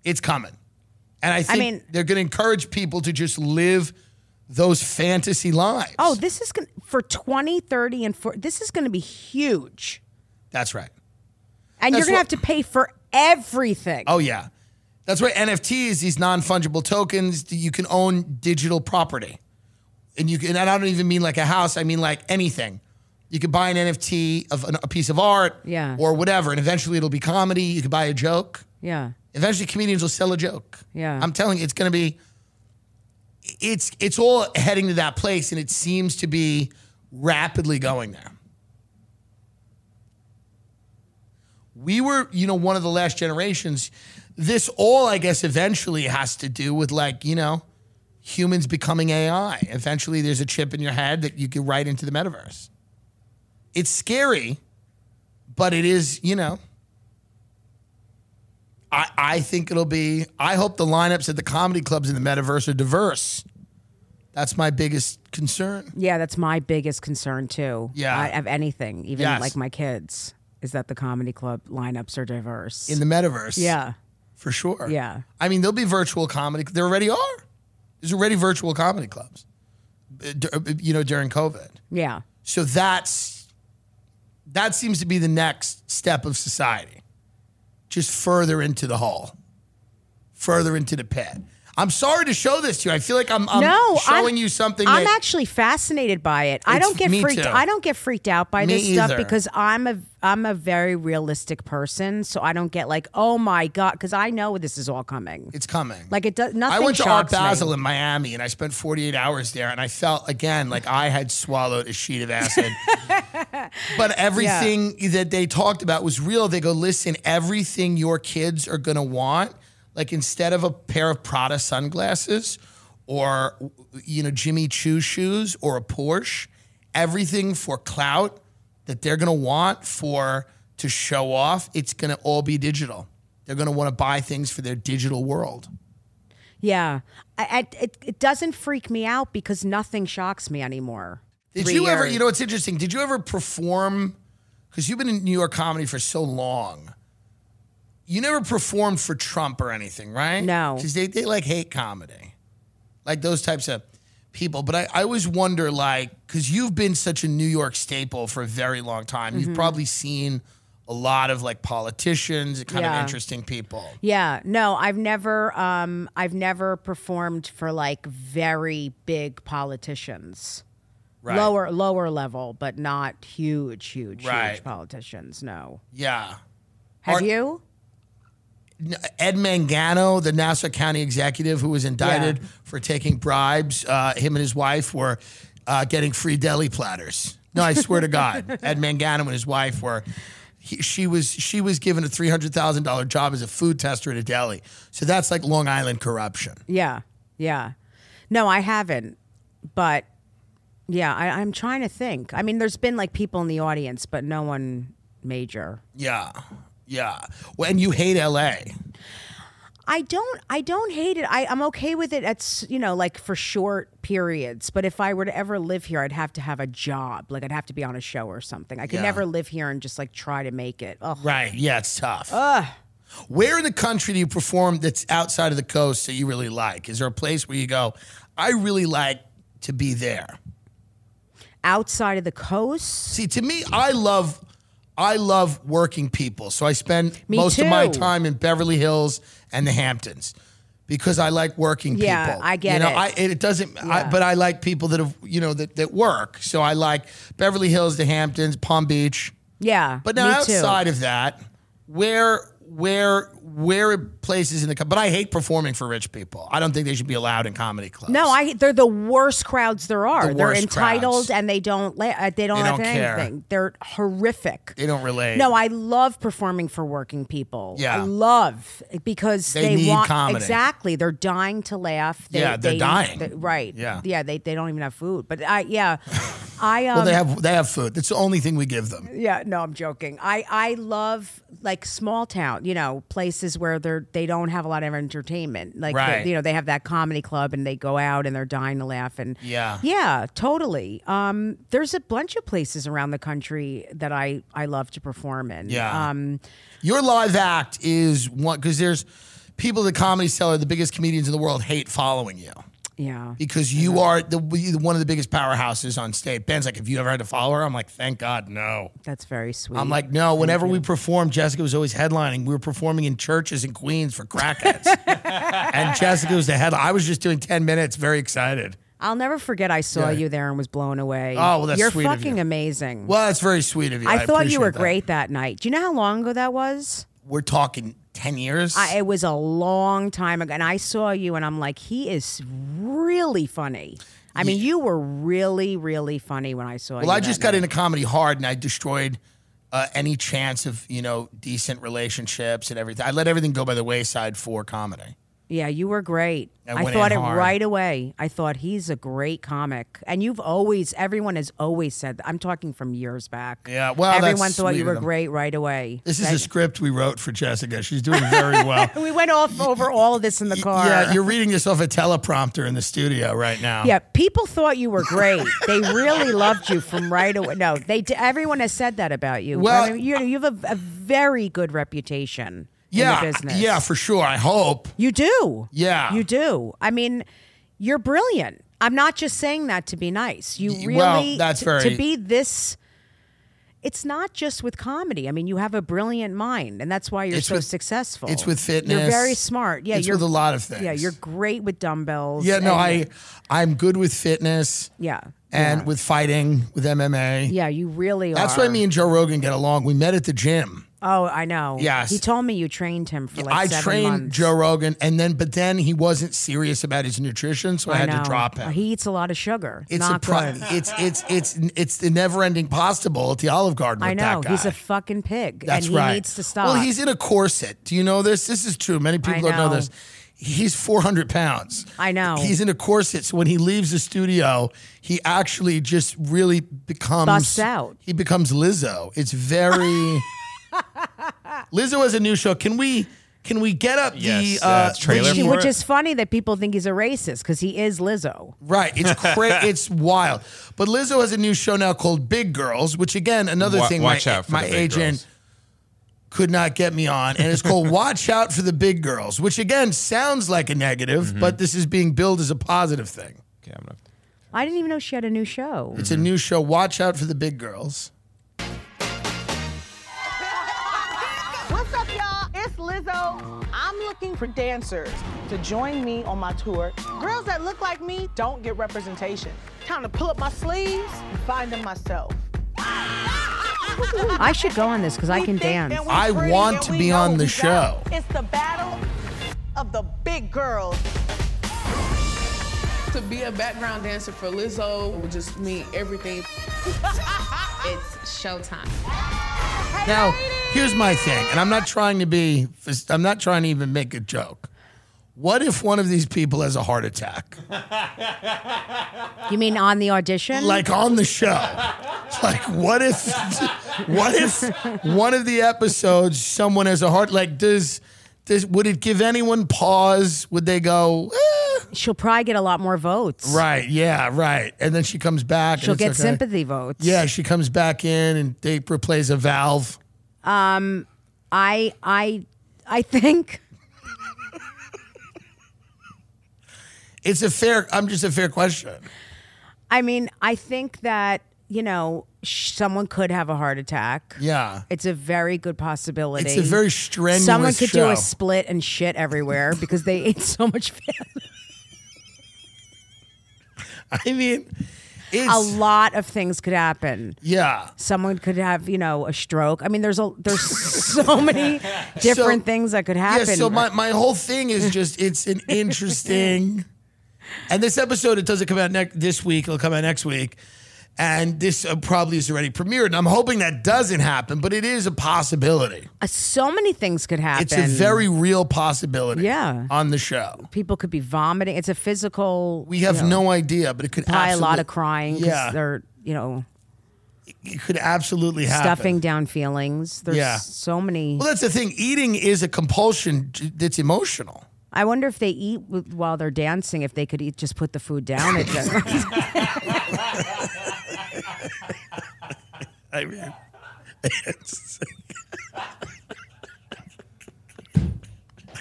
B: it's coming, and I think
C: mean-
B: they're gonna encourage people to just live those fantasy lives.
C: Oh, this is going to for 20, 30 and 40 this is going to be huge.
B: That's right.
C: And
B: That's
C: you're going to
B: what-
C: have to pay for everything.
B: Oh yeah, that's right. NFTs, these non fungible tokens, that you can own digital property, and you can. And I don't even mean like a house. I mean like anything. You could buy an NFT of an, a piece of art,
C: Yeah.
B: or whatever, and eventually it'll be comedy. You could buy a joke.
C: Yeah.
B: Eventually, comedians will sell a joke.
C: Yeah.
B: I'm telling you, it's going to be. It's it's all heading to that place, and it seems to be rapidly going there. We were, you know, one of the last generations. This all, I guess, eventually has to do with like you know, humans becoming AI. Eventually, there's a chip in your head that you can write into the metaverse. It's scary, but it is, you know. I, I think it'll be. I hope the lineups at the comedy clubs in the metaverse are diverse. That's my biggest concern.
C: Yeah, that's my biggest concern too.
B: Yeah.
C: I, of anything, even
B: Yes.
C: like my kids, is that the comedy club lineups are diverse.
B: In the metaverse.
C: yeah,
B: For sure.
C: Yeah.
B: I mean, there'll be virtual comedy. There already are. There's already virtual comedy clubs, uh, dur- uh, you know, during COVID.
C: yeah.
B: So that's that seems to be the next step of society. Just further into the hole, further into the pit. I'm sorry to show this to you. I feel like I'm, I'm
C: no,
B: showing
C: I'm,
B: you something.
C: I'm
B: that-
C: actually fascinated by it. I
B: It's-
C: don't get
B: me
C: freaked.
B: too.
C: I don't get freaked out by
B: Me
C: this stuff
B: either.
C: because I'm a I'm a very realistic person, so I don't get like, oh my god, because I know this is all coming.
B: it's coming.
C: Like it does nothing.
B: I went to Art
C: shocks me.
B: Basel in Miami and I spent 48 hours there and I felt again like I had swallowed a sheet of acid. but everything that they talked about was real. They go, listen, everything your kids are going to want, like instead of a pair of Prada sunglasses or, you know, Jimmy Choo shoes or a Porsche, everything for clout that they're going to want for to show off, it's going to all be digital. They're going to want to buy things for their digital world.
C: Yeah, I, I, it it doesn't freak me out because nothing shocks me anymore.
B: Did
C: Three
B: you ever?
C: years.
B: You know, it's interesting. Did you ever perform? Because you've been in New York comedy for so long. You never performed for Trump or anything, right?
C: No.
B: because they, they like hate comedy, like those types of people. But I, I always wonder, like, because you've been such a New York staple for a very long time.
C: Mm-hmm.
B: You've probably seen a lot of like politicians, kind
C: Yeah.
B: of interesting people.
C: Yeah, no, I've never, um, I've never performed for like very big politicians,
B: Right.
C: lower lower level, but not huge, huge, huge
B: Right.
C: politicians. No,
B: Yeah.
C: have
B: Are-
C: you?
B: Ed Mangano, the Nassau County executive who was indicted for taking bribes, uh, him and his wife were uh, getting free deli platters. No, I swear to God, Ed Mangano and his wife were. He, she was she was given a three hundred thousand dollar job as a food tester at a deli. So that's like Long Island corruption.
C: Yeah, yeah. No, I haven't. But yeah, I, I'm trying to think. I mean, there's been like people in the audience, but no one major.
B: Yeah, yeah. Well, and you hate L.A.
C: I don't I don't hate it. I, I'm okay with it at s- you know, like for short periods. But if I were to ever live here, I'd have to have a job. Like I'd have to be on a show or something. I could
B: Yeah.
C: never live here and just like try to make it. Oh
B: Right. Yeah, it's tough. Where in the country do you perform that's outside of the coast that you really like? Is there a place where you go, I really like to be there?
C: outside of the coast.
B: See, to me, I love I love working people. So I spend
C: Me
B: most of my
C: too.
B: time in Beverly Hills and the Hamptons because I like working
C: Yeah,
B: people.
C: I get
B: you know,
C: it.
B: I, it doesn't, I, but I like people that have you know that that work. So I like Beverly Hills, the Hamptons, Palm Beach.
C: Yeah.
B: But now
C: me
B: outside
C: too.
B: of that, where where where it places in the co- but I hate performing for rich people. I don't think they should be allowed in comedy clubs.
C: No, I they're the worst crowds there are.
B: The
C: they're
B: worst
C: entitled
B: crowds.
C: and they don't la- uh, they don't
B: They
C: have
B: don't care.
C: anything. They're horrific.
B: they don't relate.
C: No, I love performing for working people.
B: Yeah.
C: I love because
B: They
C: they,
B: need
C: want
B: comedy.
C: exactly. They're dying to laugh. They,
B: Yeah, they're
C: they-
B: dying.
C: they- right.
B: Yeah.
C: yeah. They they don't even have food. But I yeah, I um,
B: well, they have they have food. That's the only thing we give them.
C: Yeah, no, I'm joking. I I love like small town, you know, places where they're they don't have a lot of entertainment. Like
B: Right.
C: they, you know, they have that comedy club and they go out and they're dying to laugh and
B: Yeah.
C: yeah, totally. Um, there's a bunch of places around the country that I I love to perform in.
B: Yeah.
C: Um,
B: Your live act is one because there's people. The comedy seller, the biggest comedians in the world, hate following you
C: yeah.
B: because
C: Mm-hmm.
B: you are the one of the biggest powerhouses on stage. Ben's like, "Have you ever had to follow her?" I'm like, "Thank God, no."
C: That's very sweet.
B: I'm like,
C: Mm-hmm.
B: no, whenever we performed, Jessica was always headlining. We were performing in churches in Queens for crackheads. and Jessica was the head. I was just doing 10 minutes, very excited.
C: I'll never forget I saw you there and was blown away.
B: Oh, well, that's
C: You're
B: sweet of
C: fucking
B: you.
C: amazing.
B: Well, that's very sweet of you.
C: I thought
B: appreciate
C: you were
B: that.
C: great that night. Do you know how long ago that was?
B: We're talking 10 years.
C: I, it was a long time ago, and I saw you, and I'm like, he is really funny. I mean, you were really, really funny when I saw you.
B: well, I
C: that
B: just
C: night.
B: got into comedy hard and I destroyed uh, any chance of, you know, decent relationships and everything. I let everything go by the wayside for comedy.
C: Yeah, you were great.
B: I
C: I
B: went
C: thought it
B: in hard.
C: right away. I thought he's a great comic, and you've always, everyone has always said. That. I'm talking from years back.
B: Yeah, well, that's
C: everyone thought
B: sweet
C: you
B: of
C: were
B: them.
C: great right away.
B: This is
C: That-
B: a script we wrote for Jessica. She's doing very well.
C: we went off over all of this in the car.
B: Yeah, you're reading this off a teleprompter in the studio right now.
C: Yeah, people thought you were great. they really loved you from right away. No, they. d- Everyone has said that about you.
B: Well,
C: I mean, you, you have a, a very good reputation
B: yeah,
C: in the business.
B: Yeah, for sure. I hope.
C: you do.
B: Yeah.
C: you do. I mean, you're brilliant. I'm not just saying that to be nice. You
B: Y-
C: really
B: well, that's
C: to-
B: very-
C: to be this. It's not just with comedy. I mean, you have a brilliant mind, and that's why you're
B: It's
C: so
B: with-
C: successful.
B: it's with fitness.
C: You're very smart. Yeah,
B: It's
C: you're
B: with a lot of
C: Yeah,
B: things.
C: you're great with dumbbells.
B: Yeah, no,
C: and-
B: I I'm good with fitness
C: Yeah,
B: and
C: yeah.
B: with fighting, with MMA.
C: Yeah, you really
B: That's
C: are.
B: why me and Joe Rogan get along. We met at the gym.
C: Oh, I know.
B: Yes.
C: He told me you trained him for like
B: I
C: seven
B: trained
C: months.
B: Joe Rogan and then but then he wasn't serious about his nutrition, so I,
C: I
B: had
C: know.
B: to drop him.
C: He eats a lot of sugar.
B: it's
C: not
B: a pro-
C: good.
B: it's it's it's it's the never ending pasta bowl at the Olive Garden with
C: I know.
B: that guy.
C: He's a fucking pig.
B: That's
C: and he
B: right.
C: needs to stop.
B: Well, he's in a corset. Do you know this? This is true. Many people don't know
C: know.
B: this. He's 400 pounds.
C: I know.
B: He's in a corset. So when he leaves the studio, he actually just really becomes.
C: Busts out.
B: He becomes Lizzo. It's very. Lizzo has a new show. Can we. Can we get up
D: Yes,
B: the
D: uh, trailer
B: the-
D: for
C: which
D: it?
C: is funny that people think he's a racist because he is Lizzo.
B: Right, it's cra- it's wild. But Lizzo has a new show now called Big Girls, which again another
D: Wa-
B: thing
D: watch
B: my,
D: out for
B: my
D: the big
B: agent
D: girls.
B: could not get me on, and it's called Watch Out for the Big Girls, which again sounds like a negative,
D: Mm-hmm.
B: but this is being billed as a positive thing.
D: Okay, I'm gonna-
C: I didn't even know she had a new show.
B: It's
D: Mm-hmm.
B: a new show. Watch out for the big girls.
I: What's up, y'all? It's Lizzo. I'm looking for dancers to join me on my tour. Girls that look like me don't get representation. Time to pull up my sleeves and find them myself.
C: I should go on this because I
I: We
C: can
I: think and
C: dance.
I: we
B: I
I: pretty
B: want
I: and
B: to
I: we
B: be
I: know
B: on the
I: we
B: show.
I: got it. It's the battle of the big girls.
K: To be a background dancer for Lizzo would just mean everything.
H: It's showtime.
B: Now, here's my thing, and I'm not trying to be. I'm not trying to even make a joke. What if one of these people has a heart attack?
C: You mean on the audition?
B: like on the show. Like what if what if one of the episodes someone has a heart like does does would it give anyone pause? Would they go eh?
C: she'll probably get a lot more votes.
B: right, yeah, right. And then she comes back
C: She'll
B: and
C: get
B: it's okay.
C: sympathy votes.
B: Yeah, she comes back in and they replace a valve.
C: I I I think
B: It's a fair I'm just a fair question.
C: I mean, I think that, you know, sh- someone could have a heart attack.
B: Yeah.
C: It's a very good possibility.
B: It's a very strenuous
C: Someone could do
B: show.
C: a split and shit everywhere because they ate so much food.
B: I mean it's
C: a lot of things could happen.
B: yeah.
C: Someone could have, you know, a stroke. I mean, there's a there's so many different
B: So-
C: things that could happen.
B: Yeah, so my, my whole thing is just it's an interesting and this episode it doesn't come out next this week, it'll come out next week. And this uh, probably is already premiered. And I'm hoping that doesn't happen, but it is a possibility.
C: Uh, so many things could happen.
B: It's a very real possibility
C: Yeah.
B: on the show.
C: people could be vomiting. It's a physical
B: We have no idea, but it could
C: probably a lot
B: absolute-
C: of crying 'cause
B: Yeah.
C: they're you know,
B: it could absolutely happen.
C: stuffing down feelings. There's
B: Yeah.
C: so many.
B: Well, that's the thing. Eating is a compulsion that's emotional.
C: I wonder if they eat with, while they're dancing, if they could eat, just put the food down. It just-
B: I mean, it's-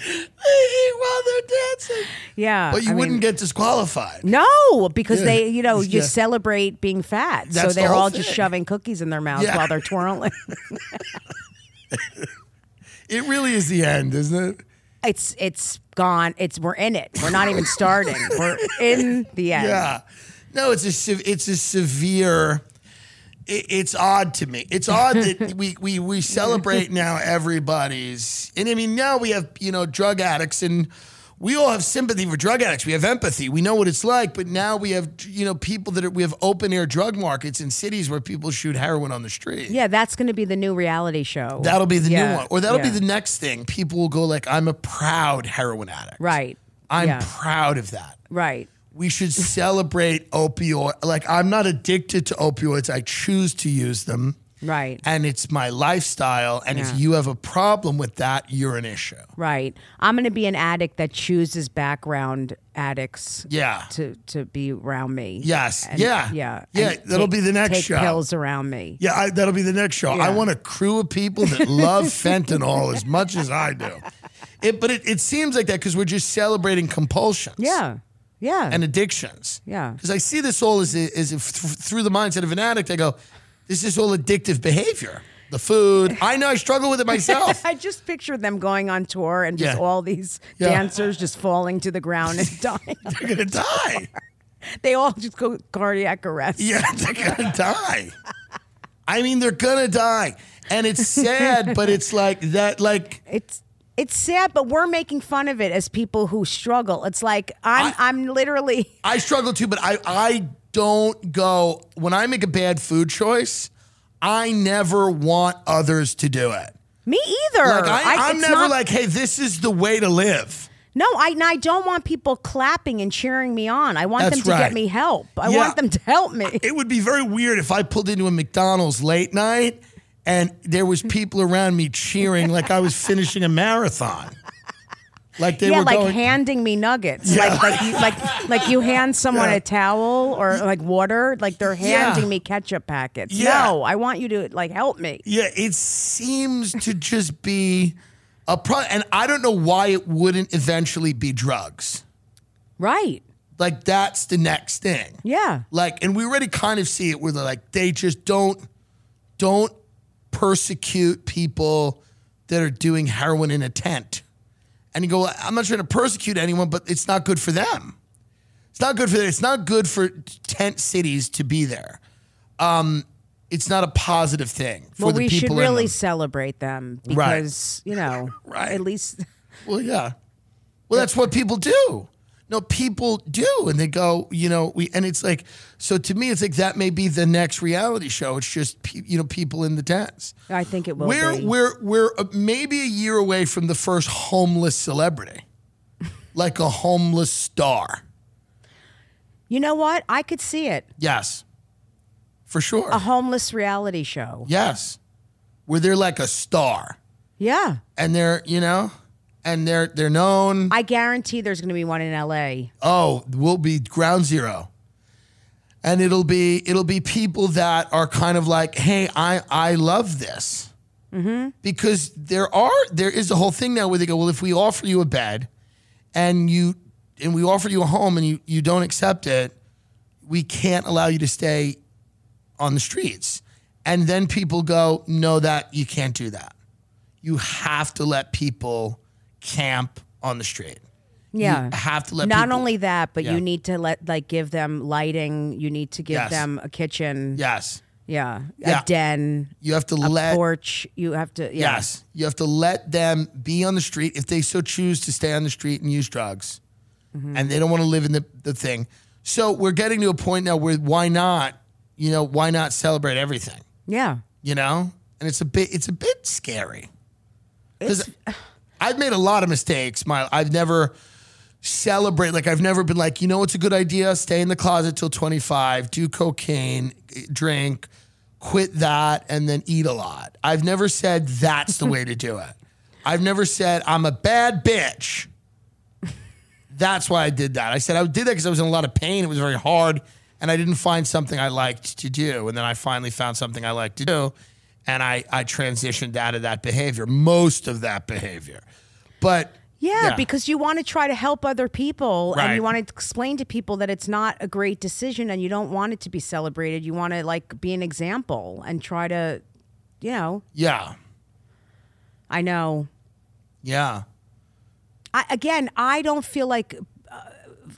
B: I eat while they're dancing.
C: yeah.
B: But you
C: I mean-
B: wouldn't get disqualified.
C: No, because
B: Yeah.
C: they, you know, you
B: Yeah.
C: celebrate being fat. so
B: That's the
C: they're
B: whole
C: all just
B: thing.
C: shoving cookies in their mouths
B: Yeah.
C: while they're twirling.
B: It really is the end, isn't it?
C: it's it's gone. It's we're in it. We're not even starting. we're in the end.
B: Yeah. No, it's a se- it's a severe. It, it's odd to me. It's odd that we we we celebrate now everybody's, and I mean now we have you know drug addicts and. We all have sympathy for drug addicts. We have empathy. We know what it's like. But now we have, you know, people that are, we have open air drug markets in cities where people shoot heroin on the street.
C: Yeah, that's going to be the new reality show.
B: That'll be the
C: Yeah,
B: new one, or that'll
C: yeah.
B: be the next thing. People will go like, "I'm a proud heroin addict.
C: right,
B: I'm
C: Yeah.
B: proud of that."
C: right.
B: we should celebrate opioid. Like I'm not addicted to opioids. I choose to use them,
C: Right.
B: and it's my lifestyle. And
C: Yeah.
B: if you have a problem with that, you're an issue.
C: Right. I'm going to be an addict that chooses background addicts
B: Yeah.
C: to to be around me.
B: Yes.
C: And-
B: yeah.
C: Yeah.
B: Yeah.
C: And
B: That'll
C: take-
B: be the next
C: take
B: show.
C: pills around me.
B: Yeah, I, that'll be the next show.
C: Yeah.
B: I want a crew of people that love fentanyl as much as I do. It, but it, it seems like that because we're just celebrating compulsions.
C: Yeah. Yeah.
B: and addictions.
C: Yeah.
B: Because I see this all as, a, as if th- through the mindset of an addict, I go, this is all addictive behavior. The food. I know I struggle with it myself.
C: I just picture them going on tour and just
B: Yeah.
C: all these
B: Yeah.
C: dancers just falling to the ground and dying.
B: they're going to die.
C: they all just go cardiac arrest.
B: Yeah, they're going to die. I mean, they're going to die. And it's sad, but it's like that, like,
C: It's it's sad, but we're making fun of it as people who struggle. It's like I'm I,
B: I-
C: am i am literally
B: I struggle too, but I, I don't go, when I make a bad food choice, I never want others to do it.
C: me either.
B: Like, I, I, am
C: it's
B: never
C: not-
B: like, hey, this is the way to live.
C: No, I and I don't want people clapping and cheering me on. I want
B: That's
C: them to get
B: right.
C: me help. I
B: Yeah.
C: want them to help me.
B: It would be very weird if I pulled into a McDonald's late night and there was people around me cheering like I was finishing a marathon. Like they
C: yeah,
B: were
C: like
B: going,
C: handing me nuggets, like like you, like like you hand someone
B: Yeah.
C: a towel or like water, like they're
B: Yeah.
C: handing me ketchup packets.
B: Yeah.
C: No, I want you to like help me.
B: Yeah, it seems to just be a problem. And I don't know why it wouldn't eventually be drugs.
C: Right?
B: Like that's the next thing.
C: Yeah.
B: Like, and we already kind of see it where they're like, they just don't don't persecute people that are doing heroin in a tent. And you go, "Well, I'm not trying to persecute anyone, but it's not good for them. It's not good for them. It's not good for tent cities to be there. Um, it's not a positive thing for
C: well,
B: the
C: we should
B: people in
C: really
B: them.
C: celebrate them
B: Right.
C: because you know,
B: Right.
C: at least
B: Well, yeah. Well, that's what people do. No, people do, and they go, you know, we, and it's like, so to me, it's like that may be the next reality show. It's just, pe- you know, people in the tents.
C: I think it will
B: We're
C: be.
B: we're we're uh, maybe a year away from the first homeless celebrity, like a homeless star.
C: you know what? I could see it.
B: Yes, for sure.
C: A homeless reality show.
B: yes, where they're like a star,
C: Yeah.
B: and they're you know, and they're they're known.
C: I guarantee there's going to be one in LA.
B: oh, we'll be ground zero. And it'll be it'll be people that are kind of like, hey, I I love this,
C: Mm-hmm.
B: because there are there is a whole thing now where they go, well, if we offer you a bed, and you and we offer you a home and you you don't accept it, we can't allow you to stay on the streets. And then people go, no, that you can't do that. You have to let people camp on the street.
C: Yeah.
B: You have to let
C: Not
B: people-
C: only that, but
B: Yeah.
C: you need to let like give them lighting. You need to give
B: Yes.
C: them a kitchen.
B: Yes.
C: Yeah.
B: Yeah.
C: A den,
B: You have to
C: a
B: let
C: porch. You have to. Yeah.
B: Uh, yes, you have to let them be on the street if they so choose to stay on the street and use drugs, and they don't want to live in the the thing. So we're getting to a point now where why not? You know why not celebrate everything?
C: Yeah.
B: You know, and it's a bit it's a bit scary because I've made a lot of mistakes. My I've never celebrate. Like I've never been like, you know, it's a good idea. Stay in the closet till 25, do cocaine, drink, quit that, and then eat a lot. I've never said that's the way to do it. I've never said I'm a bad bitch. That's why I did that. I said I did that because I was in a lot of pain. It was very hard, and I didn't find something I liked to do. And then I finally found something I liked to do, and I I transitioned out of that behavior, most of that behavior. But
C: Yeah, because you want to try to help other people and
B: Right.
C: you want to explain to people that it's not a great decision and you don't want it to be celebrated. You want to like be an example and try to, you know,
B: yeah,
C: I know.
B: yeah.
C: I, again, I don't feel like uh,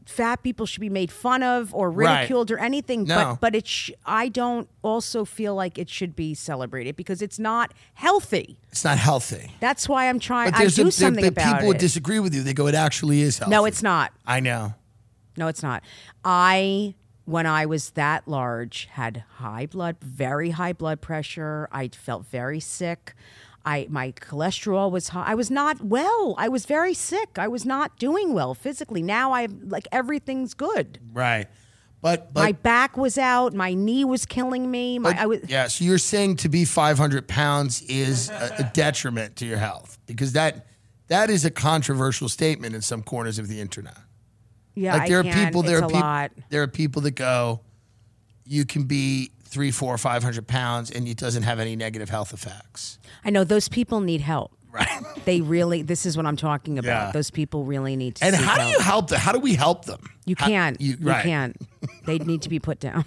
C: fat people should be made fun of or
B: Right.
C: ridiculed or anything.
B: No.
C: But but it sh- I don't also feel like it should be celebrated because it's not healthy.
B: It's not healthy.
C: That's why I'm trying.
B: But
C: I
B: there's
C: do
B: a, there-
C: something
B: but
C: about
B: people would
C: it.
B: disagree with you. They go, it actually is healthy.
C: no, it's not.
B: I know.
C: No, it's not. I, when I was that large, had high blood, very high blood pressure. I felt very sick. I, my cholesterol was high. I was not well. I was very sick. I was not doing well physically. Now I like everything's good.
B: Right. But but
C: my back was out. My knee was killing me. My, I was
B: yeah, so you're saying to be 500 pounds is a, a detriment to your health because that that is a controversial statement in some corners of the internet.
C: yeah.
B: like there
C: I
B: are
C: can.
B: people, there
C: It's
B: are
C: a
B: people,
C: lot.
B: there are people that go, you can be three, four, five hundred pounds, and it doesn't have any negative health effects.
C: I know those people need help. Right. They really. This is what I'm talking about.
B: Yeah.
C: Those people really need to.
B: And
C: seek
B: how do
C: help.
B: you help them? How do we help them?
C: You
B: How-
C: can't.
B: you-
C: You,
B: right.
C: can't. They need to be put down.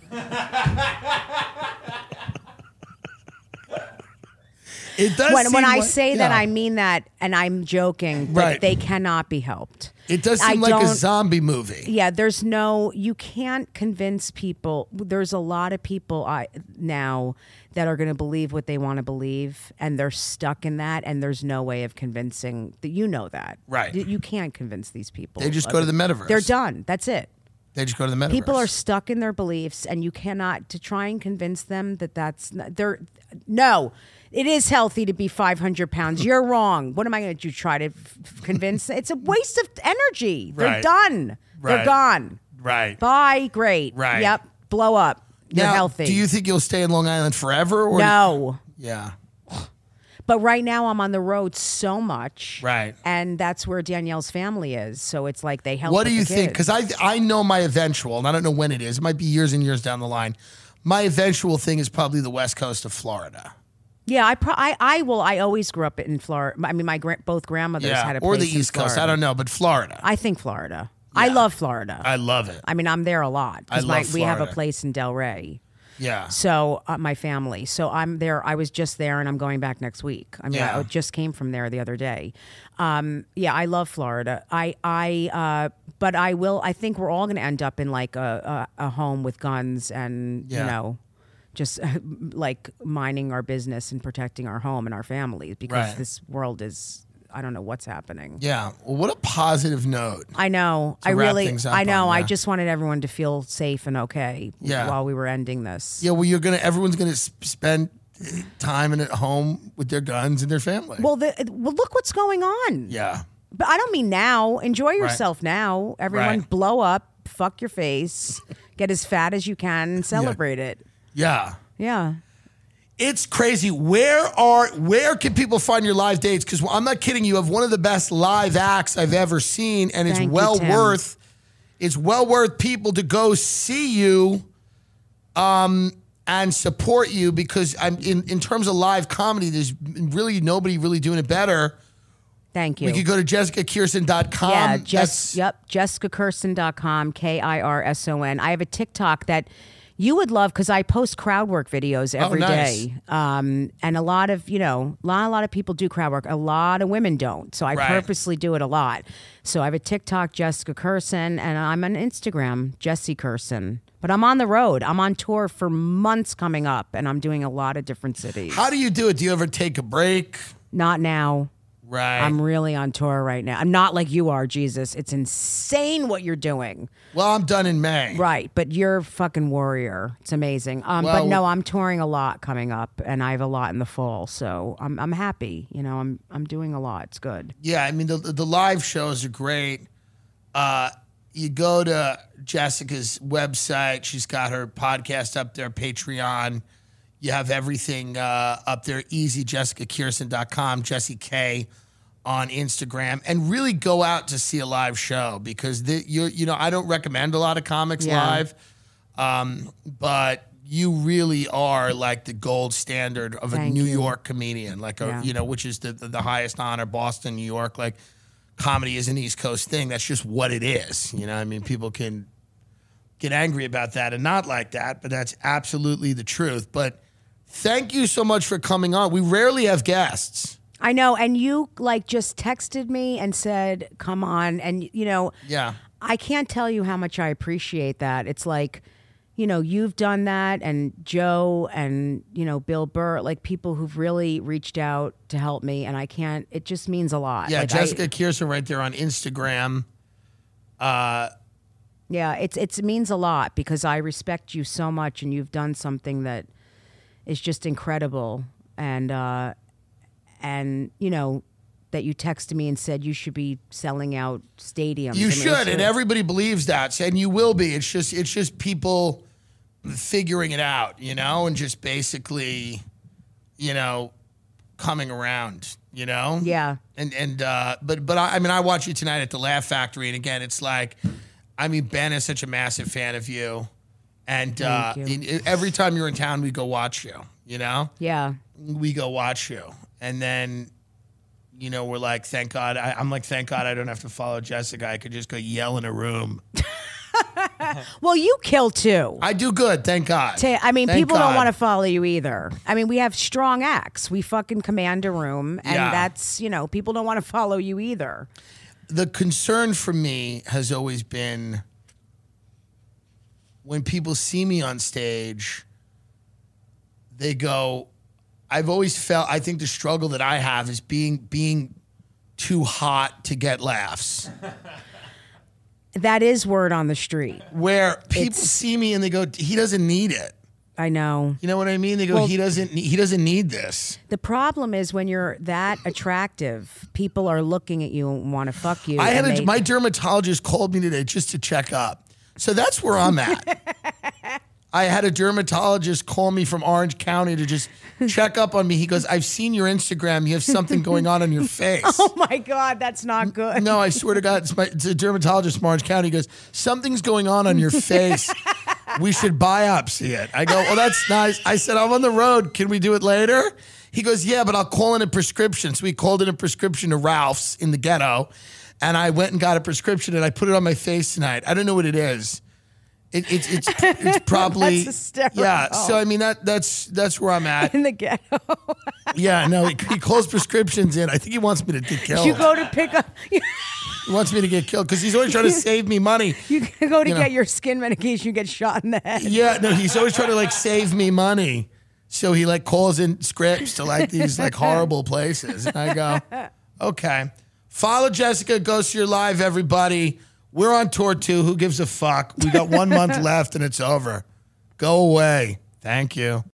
B: It does.
C: when when
B: seem
C: I
B: like-
C: say that,
B: yeah.
C: I mean that, and I'm joking. But
B: Right.
C: They cannot be helped.
B: it does
C: I
B: seem like a
C: don't-
B: zombie movie.
C: Yeah, there's no. You can't convince people. There's a lot of people I, now that are going to believe what they want to believe, and they're stuck in that. And there's no way of convincing. That you know that,
B: Right.
C: You, you can't convince these people.
B: They just go to the metaverse.
C: They're done. That's it.
B: They just go to the metaverse.
C: People are stuck in their beliefs, and you cannot to try and convince them that that's not, they're no. It is healthy to be 500 pounds. You're wrong. What am I going to do? Try to f- f- convince? It's a waste of energy. They're
B: Right.
C: done.
B: Right.
C: They're gone.
B: right.
C: Bye. Great.
B: Right.
C: Yep. Blow up. You're
B: Now,
C: healthy.
B: Do you think you'll stay in Long Island forever? Or
C: no.
B: Yeah.
C: But right now I'm on the road so much.
B: Right.
C: And that's where Danielle's family is. So it's like they help.
B: what do
C: with
B: you
C: the
B: think?
C: kids.
B: Because I I know my eventual, and I don't know when it is. It might be years and years down the line. My eventual thing is probably the west coast of Florida.
C: Yeah, I pro- I I will. I always grew up in Florida. I mean, my gra- both grandmothers had a
B: or the
C: place in
B: east coast. I
C: Florida.
B: don't know, but Florida.
C: I think Florida. I love Florida. I,
B: I love it.
C: mean, I'm there a lot
B: I
C: my-
B: love
C: we have a
B: Florida.
C: place in Delray.
B: Yeah.
C: So uh, my family. So I'm there. I was just there, and I'm going back next week. I mean,
B: Yeah.
C: I just came from there the other day. Um, yeah, I love Florida. I I uh, but I will. I think we're all going to end up in like a a, a home with guns and
B: Yeah.
C: you know. Just like minding our business and protecting our home and our families because
B: Right.
C: this world is, I don't know what's happening.
B: Yeah. Well, what a positive note.
C: I know.
B: To
C: I
B: wrap
C: really.
B: things up
C: I know.
B: on,
C: I
B: yeah.
C: just wanted everyone to feel safe and okay
B: Yeah.
C: while we were ending this.
B: Yeah. Well, you're gonna. Everyone's gonna s- spend time and at home with their guns and their family.
C: Well, the, well, look what's going on.
B: yeah.
C: But I don't mean now. Enjoy yourself now. Everyone,
B: Right.
C: blow up. Fuck your face. get as fat as you can and celebrate it.
B: Yeah.
C: Yeah.
B: It's crazy. Where are where can people find your live dates? Because I'm not kidding. You have one of the best live acts I've ever seen, and it's
C: Thank you,
B: well
C: Tim.
B: worth it's well worth people to go see you, um, and support you because I'm in in terms of live comedy. There's really nobody really doing it better.
C: Thank you.
B: We could go to jessicakearson.com.
C: yeah,
B: Um, That's-
C: Jess, yep, jessicacurson.com, K I R S O N. I have a TikTok that you would love because I post crowd work videos every day,
B: Oh, nice.
C: Um, and a lot of, you know, a lot, a lot of people do crowd work. A lot of women don't. So I
B: Right.
C: purposely do it a lot. So I have a TikTok, Jessica Curson, and I'm on Instagram, Jessie Curson. But I'm on the road. I'm on tour for months coming up, and I'm doing a lot of different cities.
B: How do you do it? Do you ever take a break?
C: Not now.
B: Right.
C: I'm really on tour right now. I'm not like you are, Jesus. It's insane what you're doing.
B: well, I'm done in May.
C: Right, but you're a fucking warrior. It's amazing. Um,
B: Well,
C: but no, I'm touring a lot coming up, and I have a lot in the fall, so I'm I'm happy. You know, I'm I'm doing a lot. It's good.
B: Yeah, I mean the the live shows are great. Uh, you go to Jessica's website. She's got her podcast up there, Patreon. You have everything uh, up there easy, jessicakearson.com, Jesse K on Instagram, and really go out to see a live show because the, you you know I don't recommend a lot of comics
L: Yeah.
B: live, um, but you really are like the gold standard of a
L: Thank
B: New
L: you.
B: York comedian, like a
L: Yeah.
B: you know which is the, the the highest honor, Boston, New York, like comedy is an East Coast thing. That's just what it is. You know, I mean, people can get angry about that and not like that, but that's absolutely the truth. But thank you so much for coming on. We rarely have guests.
C: I know. And you like just texted me and said, come on. And, you know,
B: Yeah.
C: I can't tell you how much I appreciate that. It's like, you know, you've done that, and Joe and, you know, Bill Burr, like people who've really reached out to help me. And I can't, it just means a lot.
B: Yeah,
C: Like, I-
B: Jessica Kearson right there on Instagram. Uh,
C: yeah, it's, it's, it means a lot because I respect you so much, and you've done something that is just incredible. And, uh, and, you know, that you texted me and said you should be selling out stadiums. I
B: you
C: mean,
B: should,
C: it's-
B: and everybody believes that, and you will be. It's just, it's just people figuring it out, you know, and just basically, you know, coming around, you know.
C: Yeah.
B: And and uh, but but I, I mean, I watch you tonight at the Laugh Factory, and again, it's like, I mean, Ben is such a massive fan of you, and uh,
C: Thank you.
B: in- in- every time you're in town, we go watch you, you know.
C: Yeah.
B: we go watch you. And then, you know, we're like, thank God. I, I'm like, thank God I don't have to follow Jessica. I could just go yell in a room.
C: Well, you kill too.
B: I do good. Thank God.
C: Ta- I mean, people don't want to follow you either. I mean, we have strong acts. We fucking command a room, and
B: Yeah.
C: that's you know, people don't want to follow you either.
B: the concern for me has always been when people see me on stage, they go, I've always felt I think the struggle that I have is being being too hot to get laughs.
C: That is word on the street.
B: Where people see me and they go, he doesn't need it.
C: I know.
B: You know what I mean? They go,
C: Well-
B: he doesn't ne- he doesn't need this.
C: The problem is when you're that attractive, people are looking at you and want to fuck you.
B: I had
C: and
B: a,
C: they-
B: my dermatologist called me today just to check up. So that's where I'm at. I had a dermatologist call me from Orange County to just check up on me. He goes, "I've seen your Instagram. You have something going on on your face."
C: Oh my god, that's not good.
B: No, I swear to God, it's, my, it's a dermatologist from Orange County. He goes, "Something's going on on your face. we should biopsy it." I go, "Well, that's nice." I said, "I'm on the road. Can we do it later?" He goes, "Yeah, but I'll call in a prescription." So we called in a prescription to Ralph's in the ghetto, and I went and got a prescription and I put it on my face tonight. I don't know what it is. It, it's it's it's probably
L: That's hysterical.
B: yeah. So I mean that that's that's where I'm at.
C: In the ghetto.
B: yeah, no, he, he calls prescriptions in. I think he wants me to get killed.
C: You go to pick up.
B: He wants me to get killed because he's always trying to save me money.
C: You go to
B: You know.
C: get your skin medication. You get shot in the head.
B: Yeah, no, he's always trying to like save me money. So he like calls in scripts to like these like horrible places. And I go, okay. Follow Jessica, goes to your live, everybody. We're on tour too. Who gives a fuck? We got one month left and it's over. Go away. Thank you.